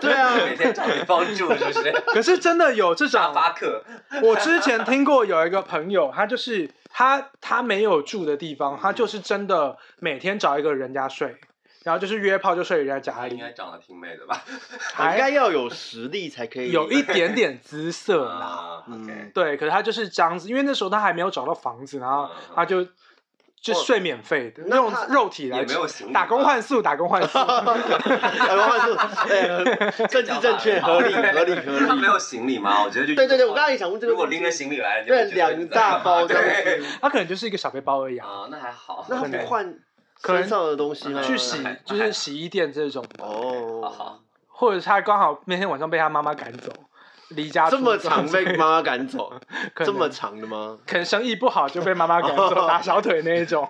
S3: 对啊
S2: 每天找你帮助是不 是？
S1: 可是真的有这
S2: 沙
S1: 种。
S2: 发客，
S1: 我之前听过有一个朋友，他就是他他没有住的地方，他就是真的每天找一个人家睡，然后就是约炮就睡人家家
S2: 他应
S1: 里，
S2: 该长得挺美的吧？
S3: 应
S1: 还
S3: 该要有实力才可以。
S1: 有一点点姿色 啦。
S2: 啊，OK，
S3: 嗯
S1: 对，可是他就是这样子，因为那时候他还没有找到房子，然
S2: 嗯
S1: 后他就就睡免费的，
S3: 那
S1: 用
S3: 他
S1: 肉体来
S2: 哦也没有行李
S1: 打工换宿，打工换宿。
S3: 台湾是哎，政治正确，合理，合理，合
S2: 他
S3: 理
S2: 没。有行李吗？我觉得就
S3: 对对对，我刚才也想问这个
S2: 如果
S3: 问题。
S2: 拎着行李来，你就
S3: 对，
S2: 会觉得
S3: 两大包这样子，
S1: 他可能就是一个小背包而已啊，
S2: 啊，那还好，
S3: 那他不换
S1: 可能
S3: 身上的东西吗？
S1: 去洗就是洗衣店这种，
S2: 好
S3: 哦
S2: 好，
S1: 或者是他刚好那天晚上被他妈妈赶走，离家
S3: 这
S1: 出
S3: 么
S1: 走
S3: 长被妈妈赶走，
S1: 可
S3: 这么哦
S1: 能
S3: 长的吗？
S1: 可能生意不好就被妈妈赶走，打小腿那一 种。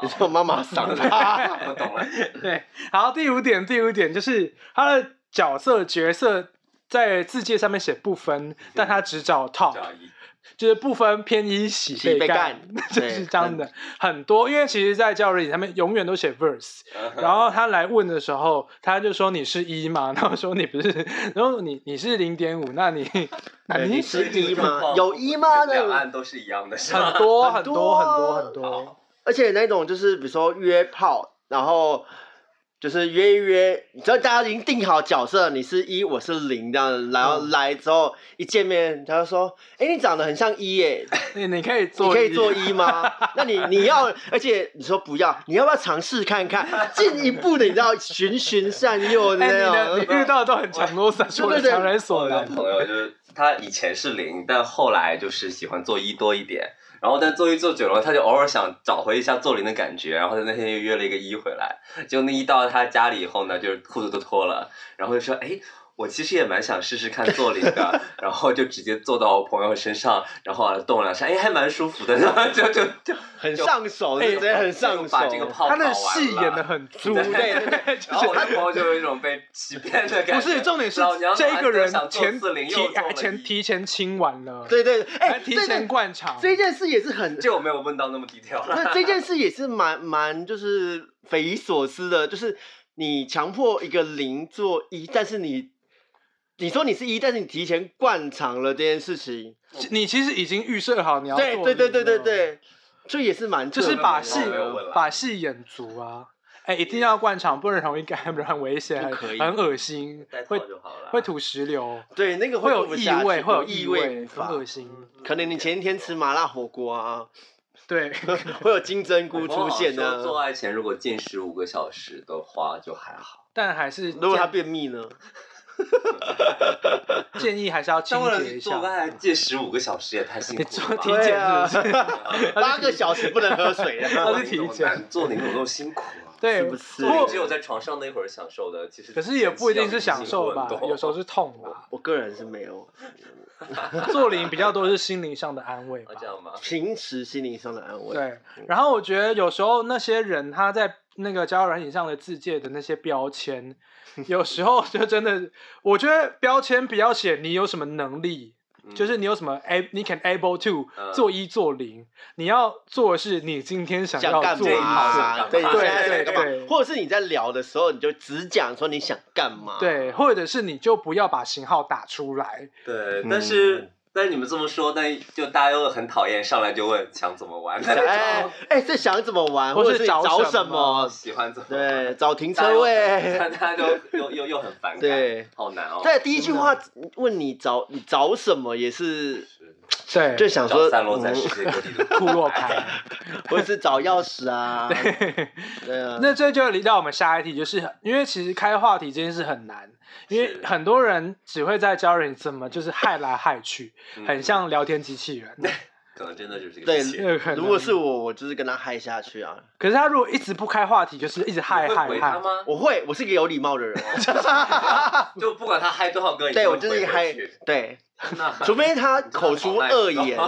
S3: 你说妈妈赏他？
S2: 我懂了，
S1: 对，好，第五点，第五点就是他的角色角色在字界上面写不
S3: 嗯
S1: 分，但他只找 top，
S2: 赵 姨，
S1: 就是不分偏一喜
S3: 喜被
S1: 干
S3: 干，
S1: 就是这样的很多。因为其实，在教育里他们永远都写 verse，然
S2: 后
S1: 后他来问的时候，他就说你是一嘛，然后说你不是， 然后你你是零点五，那 你那
S3: 对
S1: 你
S3: 你
S1: 是
S3: 是一吗有一吗
S2: 两岸都是一样的， 是
S1: 很
S2: 吧？
S1: 多很
S3: 很
S1: 多
S3: 多
S1: 很
S3: 啊
S1: 多很多，
S3: 而且那种就是比如说约炮，然后就是约一约，你知道大家已经定好角色，你是一，我是零这样，然后
S1: 嗯
S3: 来之后一见面，他就说：“哎、你长得很像一耶，
S1: 你你可以
S3: 你
S1: 做，
S3: 可以做一吗？”那你你要，而且你说不要，你要不要尝试看看，进一步的，你知道循循善诱的
S1: 哎，你
S3: 那
S1: 的你
S3: 种。
S1: 遇到的都很
S3: 嗯
S1: 强弱三，说的强人所
S2: 我有
S1: 难
S2: 个。朋友就是他以前是零，但后来就是喜欢做一多一点，然后但做一做久了，他就偶尔想找回一下做零的感觉，然后他那天又约了一个一回来，结果那一到他家里以后呢，就是裤子都脱了，然后就说哎。我其实也蛮想试试看做零的，然后就直接坐到我朋友身上，然后啊动了两下，哎，还蛮舒服的， 然后就就就
S3: 很上手，
S1: 哎
S3: 直接很上
S2: 就
S3: 手
S2: 把。这个泡
S1: 他
S2: 泡
S1: 的
S2: 完
S1: 戏演的
S2: 了
S1: 很足，
S2: 对
S1: 对，就
S2: 然后我
S1: 是
S2: 男朋友就有一种被欺骗的
S1: 不
S2: 感觉。
S1: 是重点是
S2: 老娘
S1: 这个人
S2: 想做
S1: 前
S2: 40又
S1: 提
S2: 做了
S1: 前
S2: 一
S1: 提前清完了，
S3: 对对，对哎、
S1: 还提
S3: 对
S1: 前
S3: 对，
S1: 灌肠，
S3: 这件事也是很
S2: 这我没有问到那么低调了。
S3: 那这件事也是蛮蛮就是匪夷所思的，就是你强迫一个零做一，但是你你说你是一，但是你提前灌肠了这件事情，
S1: 你其实已经预设好你要做
S3: 对对对对对
S1: 了，
S3: 对，这也是蛮
S1: 就是把
S3: 特
S1: 戏
S3: 别的
S2: 没有问啦
S1: 把戏演足啊。哎，一定要灌肠，不然容易感染，很危险，
S3: 不可
S1: 很
S3: 以
S1: 很恶心
S2: 戴，套
S1: 会
S2: 就好了。
S1: 会吐石榴，
S3: 对那个
S1: 会
S3: 录
S1: 有
S3: 不
S1: 异
S3: 下去
S1: 味，会有
S3: 异
S1: 味，很
S3: 法。
S1: 恶
S2: 嗯
S1: 心。
S3: 嗯可能你前一天吃麻辣火锅啊，
S1: 对，
S3: 会有金针菇出现啊
S2: 我朋友哦说
S3: 呢、
S2: 做爱前如果禁食五个小时的话，就还好。
S1: 但还是
S3: 如果他便 秘呢？
S1: 建建议还是要清
S2: 但
S1: 洁
S2: 为了
S1: 一
S2: 做
S1: 下。
S2: 爱戒食五个小时也太 辛
S1: 你
S2: 苦
S1: 做
S2: 了吧。
S1: 体检是不是？
S3: 啊 八个小时不能喝水啊！
S1: 他是体检，
S2: 做你怎么那么辛苦啊？
S1: 对，
S3: 是不是
S2: 做
S1: 或
S2: 你只有在床上那会儿享受的，其实
S1: 可是也不一定是享受吧
S2: 前期要进行，很多
S1: 有时候是痛吧。
S3: 我个人是没有，
S1: 做零比较多是心灵上的安慰吧
S2: 啊。这样吗？
S3: 平时心灵上的安慰。
S1: 对，然后我觉得有时候那些人他在那个交友软件上的自界的那些标 签，有时候就真的，我觉得标签不要写你有什么能力，就是
S3: 嗯
S1: 你有什么 a 你 can able to
S2: 嗯
S1: 做一做零，你要做的是你今天想
S3: 想
S1: 要
S3: 干
S1: 做一做。
S3: 嘛？啊
S2: 做一
S3: 对
S2: 次
S1: 对
S3: 对
S1: 对
S3: 对，或者是你在聊的时候，你就只讲说你想干嘛。，
S1: 对，或者是你就不要把型号打出来，嗯
S2: 对，但是。但你们这么说，但就大家又很讨厌，上来就问想怎么玩，
S3: 哎哎，这想怎么玩，
S1: 或
S3: 或
S1: 是
S3: 者是
S1: 找
S3: 找
S1: 什
S3: 什么？
S2: 喜欢怎么玩。
S3: 对，找停
S2: 大家
S3: 车位。
S2: 大家都又又又很反感，
S3: 对，
S2: 好难哦。
S3: 对，第一句话问你找你找什么，也是
S2: 是，
S1: 对，
S3: 就想
S2: 找，
S3: 说
S2: 散落在世
S3: 嗯
S2: 界各地的
S1: 库洛牌。
S3: 或者是找钥匙 啊。对啊，
S1: 那这就离到我们下一题，就是因为其实开话题这件事很难，因为
S2: 是
S1: 很
S3: 嗯
S1: 多人只会在教人怎么就是害来害去，很像聊天机器人。
S2: 嗯可能真的就是这个
S3: 对
S2: 事情。
S1: 有可能
S3: 如果是我，我就是跟他嗨下去啊！
S1: 可是他如果一直不开话题，就是一直嗨
S2: 你会
S1: 嗨
S2: 回他
S1: 嗨，
S2: 吗？
S3: 我会，我是一个有礼貌 的人。
S2: 就不管他嗨多少歌，你
S3: 对，
S2: 都
S3: 我就是
S2: 会
S3: 一
S2: 回
S3: 个嗨
S2: 去。，
S3: 对，
S2: 那
S3: 除 非他口出
S2: 哦
S3: 恶言，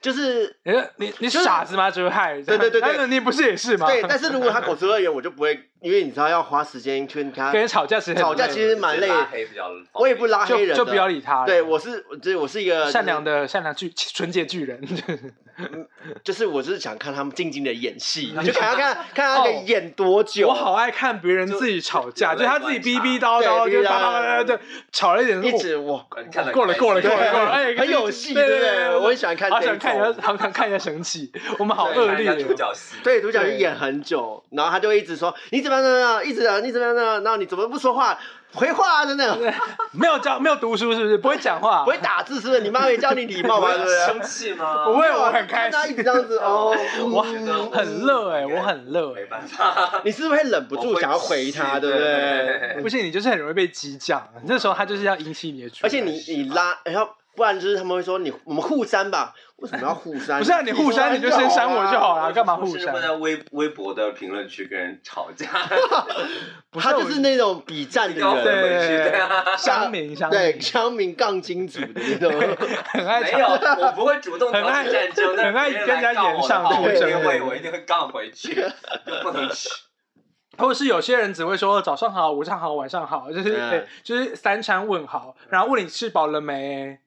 S3: 就是
S1: 你说你你
S3: 就是
S1: 傻子吗？只会嗨，
S3: 对对对对
S1: 但是你不是也是吗？
S3: 对。但是如果他口出恶言，我就不会，因为你知道要花时间去 跟他
S1: 跟，人吵架其实很
S3: 吵架
S1: 累
S3: 其实蛮累的
S2: 拉黑比较方便
S3: 我也不拉黑
S1: 就
S3: 人
S1: 就
S3: 的
S1: 不要理他了。
S3: 对，我是，对，我是一个
S1: 善良，的善良巨纯洁巨人，
S3: 就是我就是想看他们静静的演 戏，就看他看看他可以演多久。
S1: 哦我好爱看别人
S2: 就
S1: 自己吵架，
S2: 有
S1: 就
S2: 人
S1: 他自己
S2: 观
S1: 逼
S2: 察
S1: 逼叨叨，
S3: 对
S1: 就
S3: 逼逼叨叨
S1: 叭叭叭叭，对，吵了一点，
S3: 一直我
S2: 看得
S1: 过了
S2: 开
S1: 过了
S2: 心
S1: 过了 过了，哎，
S3: 很有戏，
S1: 对
S3: 对不
S1: 对，
S3: 对？我很喜欢看
S1: 好
S3: 这
S1: 想
S3: 一
S1: 看
S3: 种
S1: 人家，好想看人家生气，我们好
S2: 对
S1: 恶
S2: 看一
S1: 劣
S2: 下
S1: 哦。
S2: 独角戏。
S3: 对，独角
S1: 对
S3: 戏演很久，然后他就会一直说你怎么样怎么样，一直啊你怎么样怎么样，然后你怎么不说话，回话啊，真的
S1: 没有教，没有读书是不是？不会讲话，
S3: 不会打字是不是？你妈没教你礼貌啊
S2: 我会
S3: 吗？对不 对？
S2: 生气吗？
S1: 不会，我很
S3: 啊看
S1: 开
S3: 他一
S1: 心，
S3: 直这样子哦，
S1: 我
S2: 觉得
S1: 很热哎，我很热
S2: 没。办法，
S3: 你是不是会忍不
S2: 我
S3: 住
S2: 会
S3: 想要回他，
S2: 气
S3: 对不
S2: 对
S3: 对？
S1: 不信你就是很容易被激将，啊这时候他就是要引起你的注意。
S3: 而且你你拉，然后不然就是他们会说你我们互删吧，为什么要互删？
S1: 不是啊，你互删你就先删我就好
S3: 啊
S1: 了，干嘛互
S2: 甚至
S1: 删
S2: 会？在微微博的评论区跟人吵架，
S1: 不
S3: 他
S1: 我
S3: 就是那种比战的
S2: 要回
S1: 对
S3: 人，
S2: 回去对啊。
S1: 乡民乡
S3: 对，
S1: 民，
S3: 乡民杠精组的那 种。
S1: 很爱
S2: 没
S1: 吵
S2: 有，我不会主动挑起战争，但
S1: 很爱
S2: 是别人来杠我的话，我一定会，我一定会杠回去，就不能 去。
S1: 或者是有些人只会说早上好、午上好、晚上好，就是、
S3: 嗯
S1: 对，就是三餐问好，然后问你吃饱了没，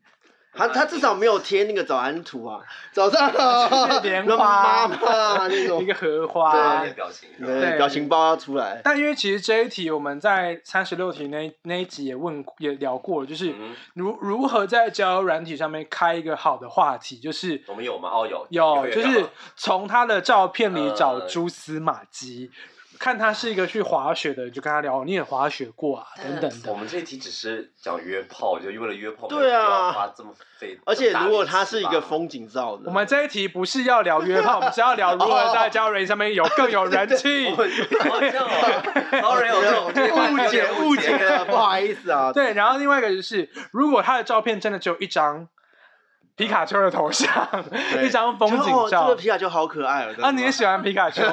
S3: 他他至少没有贴那个早安图啊，早 上好，
S1: 莲
S3: 那
S1: 花
S3: 妈妈那
S1: 一
S3: 种，
S1: 个荷
S2: 发
S3: 啊
S1: 花
S2: 点。表情，
S1: 对
S3: 对，表情包要出来。
S1: 但因为其实这一题我们在三十六题那那一集也问也聊过了，就是
S2: 嗯，
S1: 如如何在交友软体上面开一个好的话题，就是
S2: 我们有吗？哦，有，
S1: 有，
S2: 有
S1: 就是从他的照片里找
S2: 呃
S1: 蛛丝马 迹，看他是一个去滑雪的，你就跟他聊，你也滑雪过 啊，等等
S2: 我
S1: 的。
S2: 们这一题只是讲约炮，就为了约炮，
S3: 对啊
S2: 没有必要花这么费。
S3: 而且
S2: 这么大
S3: 如果
S2: 力气
S3: 他是一
S2: 吧
S3: 个，风景照呢，
S1: 我们这一题不是要聊约炮，我们是要聊如何在交友软体上面有更有人气。
S2: 哦这样 哦，sorry，我这我这
S3: 误解误解了，不好意思啊。
S1: 对，然后另外一个就是，如果他的照片真的只有一张皮卡丘的头像，
S3: 嗯 对
S1: 一张风
S3: 就
S1: 景
S3: 哦这
S1: 照
S3: 个，皮卡丘好可爱哦。真的
S1: 啊，你也喜欢皮 卡丘，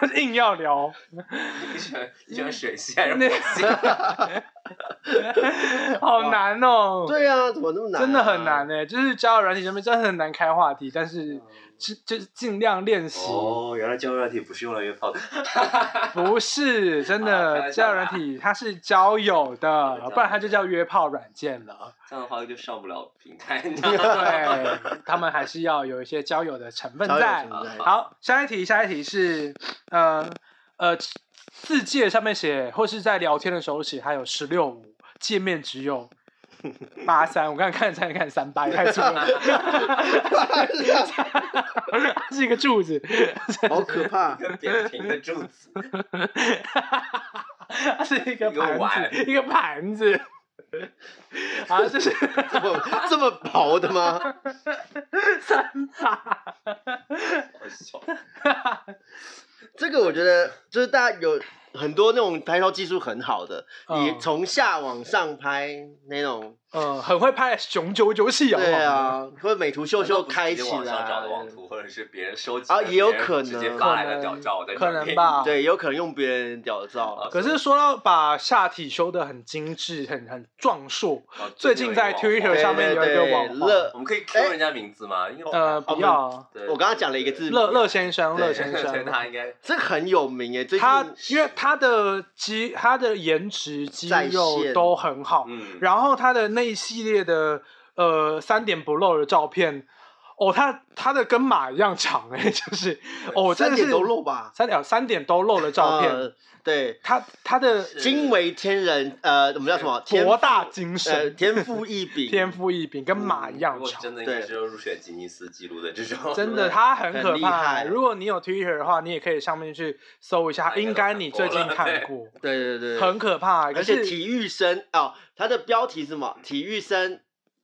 S1: 就是硬要聊。
S2: 你喜欢你喜欢水系
S3: 哎
S2: 还 是
S1: 那
S2: 火系？
S1: 好难哦，
S3: 对啊，怎么那么难啊？嗯
S1: 真的很难呢。就是交友软体上面真的很难开话题，但是是就是尽量练习。
S2: 哦，原来交友软体不是用来约炮的，
S1: 不是真
S2: 好啦开
S1: 的，
S2: 玩笑
S1: 交友
S2: 啦
S1: 软体它是交友
S2: 对交
S1: 的，
S2: 友
S1: 不然它就叫约炮软件 了。
S2: 这样的话就上不了平台。 你知道吗
S1: 对，他们还是要有一些交友的成分
S3: 交友
S1: 在
S3: 成。分在
S1: 好，下一题，下一题是，呃呃，字界上面写，或是在聊天的时候写，还有十六五，界面只有八三。我刚刚看才看三八，也太粗了， 它是一个柱子，
S3: 好可怕
S2: 一。个扁平的柱子，
S1: 它是一个
S2: 一个
S1: 盘子，
S2: 碗
S1: 一个盘子。啊，这是
S3: 这么这么薄的吗？
S1: 三八，
S2: 好笑
S3: 这个我觉得就是大家有很多那种拍照技术很好的，
S1: 嗯
S3: 你从下往上拍那种，
S1: 嗯，很会拍雄赳赳气昂昂。
S3: 对，啊，或者美图秀秀开起
S2: 直接网上找的
S3: 来
S2: 网，图，或者是别人收集
S3: 啊
S2: 的
S3: 也有
S2: 别人
S3: 可
S2: 直接
S3: 能
S2: 发来的屌照，在
S1: 可
S2: 上
S1: 能
S2: 面
S1: 吧。。
S3: 对，有可能用别人屌照啊。
S1: 可是说到把下体修得很精致、很很壮硕，
S2: 哦
S1: 最近在
S2: 有一个
S1: Twitter
S2: 网
S1: 上面有一个网
S3: 对
S1: 红
S3: 对对乐
S2: 红我们可以 Q 人家名字吗？因为我
S1: 呃，
S2: 看
S1: 不要啊
S2: 对
S3: 我刚刚讲了一个字母
S1: 乐乐先生，
S3: 对
S1: 乐
S2: 对
S1: 先
S2: 对 对
S1: 生，
S2: 他应该
S3: 这个很有名诶，最近
S1: 他因为他的肌、他的颜值、肌
S3: 在
S1: 肉
S3: 线
S1: 都很好，
S2: 嗯，
S1: 然后他的那一系列的呃三点不漏的照片，哦，他他的跟马一样长哎、 就是哦，真
S3: 三
S1: 的是
S3: 点都露吧？
S1: 三点三点都漏的照片，
S3: 呃对，
S1: 他他的
S2: 是
S3: 惊为天人，呃，我们叫什么？天
S1: 博大精
S3: 呃
S1: 深，
S3: 天赋异 禀，嗯
S1: 天赋异禀，跟马一样
S2: 如果
S1: 长。
S2: 真的应
S3: 对
S2: 该是要入选吉尼斯纪录的这种，
S1: 真的，他很
S3: 很
S1: 可
S3: 厉
S1: 怕。
S3: 害哎
S1: 如果你有 Twitter 的话，你也可以上面去搜一下，
S2: 他
S1: 应
S2: 应该
S1: 该
S2: 都
S1: 你最
S2: 看过
S1: 近
S2: 了
S1: 看
S2: 对
S1: 过，
S3: 对对对，
S1: 很可怕。可
S3: 而
S1: 是
S3: 且体育生哦，他的标题是什么？体育生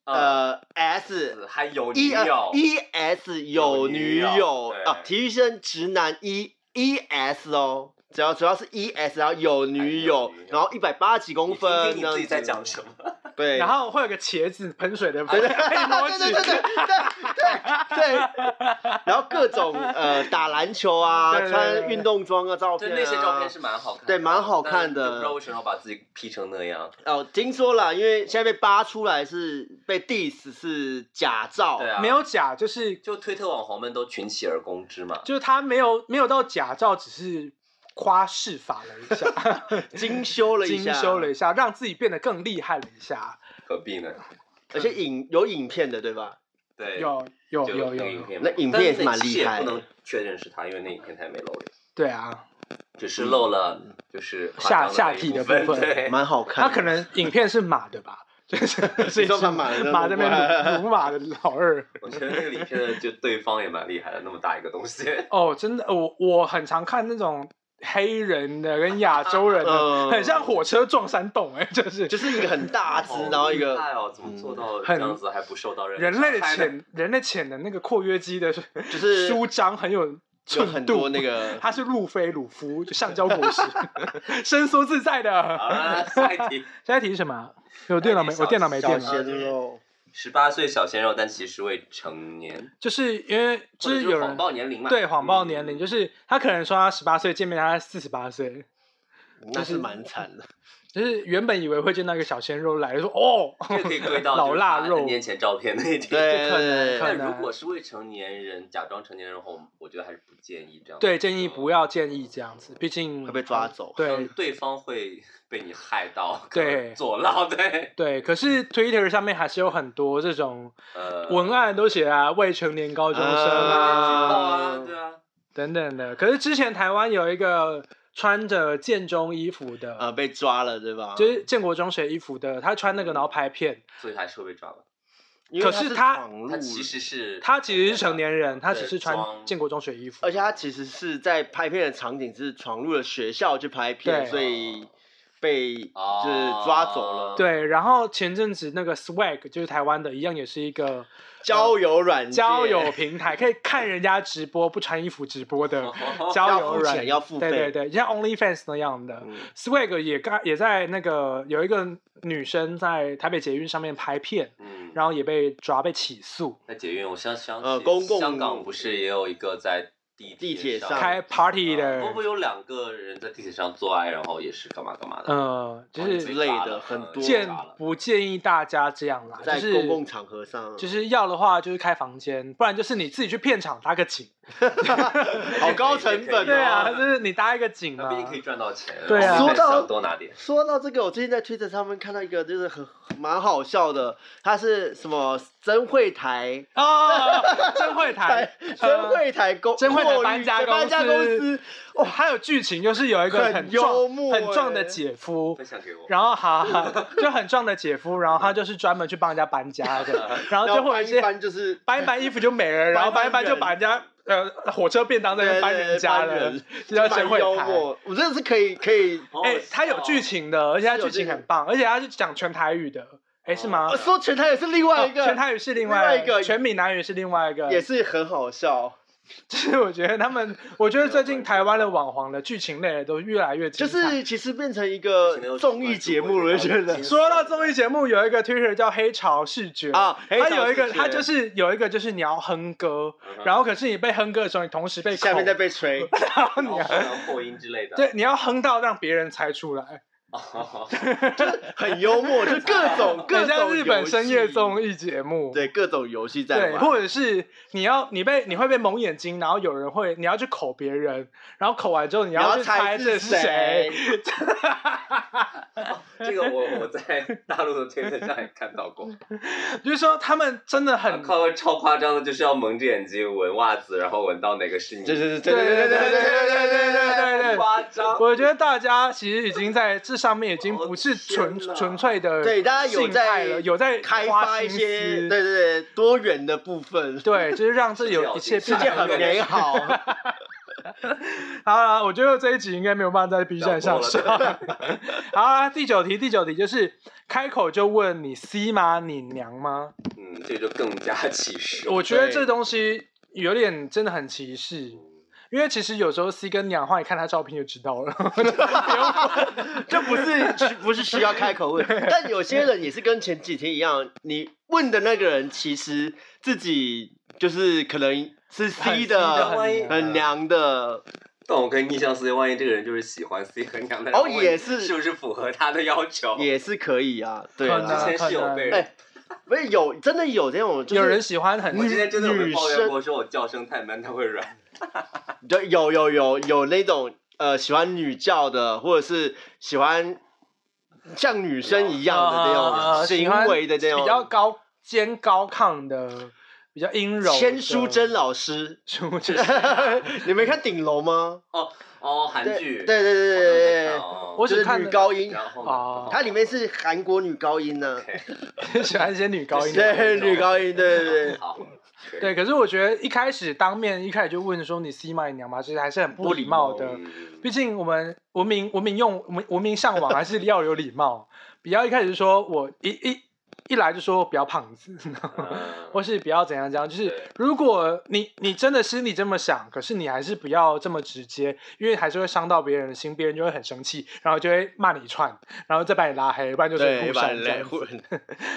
S2: 呃，
S3: 呃 S
S2: 还有女
S3: E
S2: 友
S3: E S 有
S2: 有女
S3: 女友
S2: 友对
S3: 啊，体育生直男 E E S 哦，主要主要是 E S，然后有女
S2: 还
S3: 友
S2: 有女友，
S3: 然后一百八十几公
S2: 你听
S3: 分，
S2: 听
S3: 这
S2: 你
S3: 样
S2: 自己在
S3: 子
S2: 讲什么？
S3: 对，啊
S1: 然后会有个茄子喷水的
S3: 对对对
S1: emoji
S3: 对对对对对对，然后各种呃打篮球啊，
S1: 对对对
S3: 穿运动装的照
S2: 就
S3: 片、啊，
S2: 那些照片是蛮好看的，
S3: 对蛮好看的
S2: 但就不知道为什么要把自己 P 成那样。
S3: 哦，听说了，因为现在被扒出来是被 diss 是假照，
S2: 对啊，
S1: 没有假，就是
S2: 就推特网红们都群起而攻之嘛。
S1: 就是他没有没有到假照，只是夸饰法了一下，
S3: 精修了一
S1: 精
S3: 下，
S1: 修了一下，让自己变得更厉害了一下。
S2: 何必呢？
S3: 而且影有影片的对吧？
S2: 对，
S1: 有有
S2: 就
S1: 有有
S2: 那
S1: 有
S2: 影，片嘛，
S3: 那影片也是蛮
S2: 但
S3: 厉害的
S2: 也不能确认是他，因为那影片太没露脸，
S1: 对啊，
S2: 只是露了就是
S1: 下
S2: 夸张
S1: 下
S2: 那一
S1: 体的
S2: 部分。
S1: 部分
S2: 对，
S3: 嗯蛮好看
S1: 他
S3: 的，
S1: 可能影片是马的吧， 就是是一
S3: 说
S1: 只
S3: 马的那
S1: 马
S3: 种
S1: 这边
S3: 吗
S1: 鲁 鲁马的老二。
S2: 我觉得那个影片的就对方也蛮厉害的，那么大一个东 西。
S1: 哦，真的，我我很常看那种黑人的跟亚洲人的，
S3: 嗯
S1: 很像火车撞山洞哎、就是
S3: 就是一个很 大只，
S2: 好
S3: 然后一
S2: 厉害
S3: 个嗯
S2: 哦，怎么做到这
S1: 很
S2: 样子还不受到任何
S1: 人类的
S2: 伤害呢
S1: 潜 人类潜能那个括约肌的
S3: 是
S1: 舒张很 有
S3: 有
S1: 寸度，
S3: 很多那个
S1: 他是路飞鲁夫，就橡胶果实， 伸缩自在
S2: 好
S1: 的。
S2: 了，下一题。
S1: 现在题是什么？啊有电脑没？我电脑没
S3: 小
S1: 电
S2: 小
S1: 了。
S3: 鲜肉，
S2: 十八岁小鲜肉，但其实未成年，
S1: 就是因为
S2: 或
S1: 就
S2: 者
S1: 是
S2: 就
S1: 有
S2: 是
S1: 人
S2: 谎报年龄嘛？
S1: 对谎报年龄，
S2: 嗯
S1: 就是他可能说他十八岁见面，他四十八岁，
S3: 那是蛮惨的。
S1: 就是原本以为会见到一个小鲜肉来，说哦，
S2: 嗯这可以归到
S1: 老
S2: 就是
S1: 腊
S2: 把
S1: 肉
S2: N 年前照片那一题。
S3: 对
S1: 可能
S3: 对
S1: 可
S2: 但
S1: 能
S2: 如果是未成年人假装成年人的话，我们我觉得还是不建议这样。
S1: 对，建议不要建议这样子，毕竟
S3: 会被抓走
S1: 对
S2: 对方会 被你害到，
S1: 对
S2: 可能坐牢，对，
S1: 对，可是 Twitter 上面还是有很多这种
S2: 呃，
S1: 文案都写啊，未成年高中生
S2: 举报
S1: 啊
S3: 啊
S2: 啊，对啊，
S1: 等等的。可是之前台湾有一个穿着建中衣服的，
S3: 呃被抓了对吧？
S1: 就是建国中学衣服的，他穿那
S3: 嗯
S1: 个然后拍片，
S2: 所以还是会被抓的。
S3: 因为
S1: 可
S3: 是
S1: 是他
S3: 闯入
S2: 他其实是
S1: 他其实是成年人，他只
S2: 对
S1: 是穿
S2: 装
S1: 建国中学衣服，
S3: 而且他其实是在拍片的场景是闯入了学校去拍片，
S1: 对
S3: 所以被就是
S2: 哦
S3: 抓走了。
S1: 对。然后前阵子那个 Swag 就是台湾的，一样也是一个嗯
S3: 交友软件
S1: 交友平台，可以看人家直播不穿衣服直播的交
S3: 哦要
S1: 友
S3: 付
S1: 软
S3: 钱要付
S1: 对对
S3: 费，
S1: 对，像 OnlyFans 那样的、
S3: 嗯
S1: Swag 也刚也在那个有一个女生在台北捷运上面拍片，
S2: 嗯，
S1: 然后也被抓被起诉，
S2: 在捷运，我相相
S3: 呃
S2: 信
S3: 公共
S2: 香港不是也有一个在地
S3: 地铁
S2: 上呃
S3: 上
S1: 开
S3: 啊
S1: party 的，
S2: 会不会有两个人在地铁上做爱，然后也是干嘛干嘛的？
S1: 呃，就
S2: 然后
S1: 是
S2: 也被
S3: 之类
S2: 抓
S3: 的
S2: 了
S3: 很
S2: 嗯
S3: 多
S2: 也被
S1: 建
S2: 抓了
S1: 不建议大家这样啦，
S3: 在
S1: 就是
S3: 公共场合上，
S1: 就是要的话就是开房间，不然就是你自己去片场搭个景。
S3: 好高成本
S1: 对啊，
S3: 哦。
S1: 就是你搭一个景
S2: 那
S1: 嘛
S2: 毕。竟可以赚到钱，
S1: 对啊
S2: 然后
S3: 说到
S2: 想多拿点。
S3: 说到这个，我最近在推特上面看到一个，就是很蛮好笑的，他是什么真慧台
S1: 哦，真会呃 谈，
S3: 真慧台公
S1: 真慧台
S3: 货运
S1: 搬家公司
S3: 搬家公司，
S1: 哦，还有剧情就是有一个
S3: 很
S1: 很
S3: 幽
S1: 壮
S3: 默
S1: 很壮
S3: 欸
S1: 的姐夫
S2: 分。享给我，
S1: 然后哈哈，就很壮的姐夫，然后他就是专门去帮人家搬家 的， 然后
S3: 然
S1: 就会
S3: 后
S1: 有
S3: 搬
S1: 一
S3: 一
S1: 些
S3: 搬就是
S1: 搬一搬衣服就没 了，然后搬一搬就把人家呃火车便当在那边搬人家
S3: 对对对
S1: 了
S3: 搬人，
S1: 这叫
S3: 蛮
S1: 真会
S3: 幽
S1: 谈。
S3: 默，我真的是可以可以
S2: 好好
S1: 哎、
S2: 笑
S1: 他有剧情的，而且他
S3: 哦是有
S1: 剧情
S3: 这个
S1: 很棒，而且他是讲全台语的，哎、是吗？
S3: 呃说全台也是另外一个，
S1: 全台语是另
S3: 另
S1: 外
S3: 外一个
S1: 全闽南语是另外一个，
S3: 也是很好笑，
S1: 就是我觉得他们，我觉得最 近台湾的网黄的剧情类的都越来越
S3: 就
S1: 精彩。
S3: 是其实变成一个综艺节目了，我觉得。
S1: 说到综艺节目，有一个 Twitter 叫黑潮视觉
S3: 啊黑潮
S1: 它有一个，
S3: 视觉嗯
S1: 它就是有一个，就是你要哼歌，然后可是你被哼歌的时候，你同时被
S3: 下面
S1: 口
S3: 在被吹，
S1: 然后
S2: 哦然
S1: 你
S2: 后
S1: 要
S2: 破音之类的，
S1: 对，你要哼到让别人猜出来，
S2: 哦，
S3: 很幽默，就各种各
S1: 很像
S3: 种
S1: 日本深夜
S3: 综
S1: 综
S3: 艺，
S1: 艺节目。
S3: 对各种游戏在
S1: 对，
S3: 玩，
S1: 或者是你要你被你会被蒙眼睛，然后有人会你要去口别人，然后口完之后你
S3: 你要
S1: 去
S3: 猜
S1: 猜这
S3: 是
S1: 是
S3: 谁
S1: 谁。
S2: 这个我我在大陆的推特上也看到过，
S1: 就是说他们真的很
S2: 夸超夸张的，就是要蒙着眼睛闻袜子，然后闻到哪个是你，
S3: 对对对
S1: 对对对对对对对对对对对。
S2: 夸张。
S1: 我觉得大家其实已经在这上面已经不是纯
S2: 哦天哪
S1: 纯粹的
S3: 对大家有
S1: 性
S3: 在
S1: 爱了，有在
S3: 开
S1: 花
S3: 发一
S1: 心
S3: 些
S1: 思
S3: 对对对多元的部分，
S1: 对，就是让这有一切
S2: 世
S1: 变
S3: 世界
S1: 得
S3: 很
S1: 很
S3: 美好，
S1: 好了，我觉得这一集应该没有 办法在 B 站上上
S2: 不要播。
S1: 好啦，第九题，第九题就是开口就问你 C 吗？你娘吗？
S2: 嗯，这就更加歧视。
S1: 我觉得
S3: 对
S1: 这东西有点真的很歧视，因因为其实有时候 C 跟娘的话，你看他照片就知道 了，就不用
S3: 这不是需不是需要开口问， 但有些人也是跟前几天一样，你问的那个人其实自己就是可能是 C
S1: 很
S3: 的，
S2: 万一
S1: 很
S3: 很娘的，
S2: 但我可以逆向思维，万一这个人就是喜欢 C 和娘的，
S3: 哦
S2: 然后
S3: 也是
S2: 是不是符合他的要求？
S3: 也是可以啊，对
S1: 可能
S3: 啊
S2: 之，前是有被
S3: 可
S2: 人
S3: 能，不是有真的有这种，就是
S1: 有人喜欢很
S2: 我之前真的有被
S3: 女
S2: 抱怨
S3: 生
S2: 过，说我叫声太闷，他会软。
S3: 就有有有有那种呃喜欢女教的，或者是喜欢像女生一样的那
S1: 啊
S3: 种
S1: 喜
S3: 行
S1: 欢
S3: 为的那种，
S1: 比较高尖高亢的，比较阴柔的。，
S3: 千淑珍老师
S1: 淑珍，
S3: 你没看顶楼吗？
S2: 哦，韩
S3: 对
S2: 剧，
S3: 对对对对对，
S1: 我
S2: 我
S1: 只
S3: 就是
S1: 看
S3: 女
S1: 了
S3: 高音，
S2: 哦然后
S1: 哦
S2: 呢
S3: 它里面是韩国女高音呢、
S1: 喜欢一些女高音的。
S3: 对，女高音，对对对，
S2: 好，
S1: 对，可是我觉得一开始当面一开始就问说你 C 骂你娘吗，其实还是很不
S3: 不
S1: 礼
S3: 礼
S1: 貌
S3: 貌
S1: 的。
S2: 嗯
S1: 毕竟我们文明文明用文文明 上网还是要有礼貌，不要一开始就说我一一一来就说我比较胖子，
S2: 嗯
S1: 或是不要怎样怎样。就是
S2: 对
S1: 如果你你真的心里这么想，可是你还是不要这么直接，因为还是会伤到别人的心，别人就会很生气，然后就会骂你一串，然后再把你拉黑，不然就是
S3: 对，
S1: 互
S3: 把
S1: 删这
S3: 雷
S1: 样子。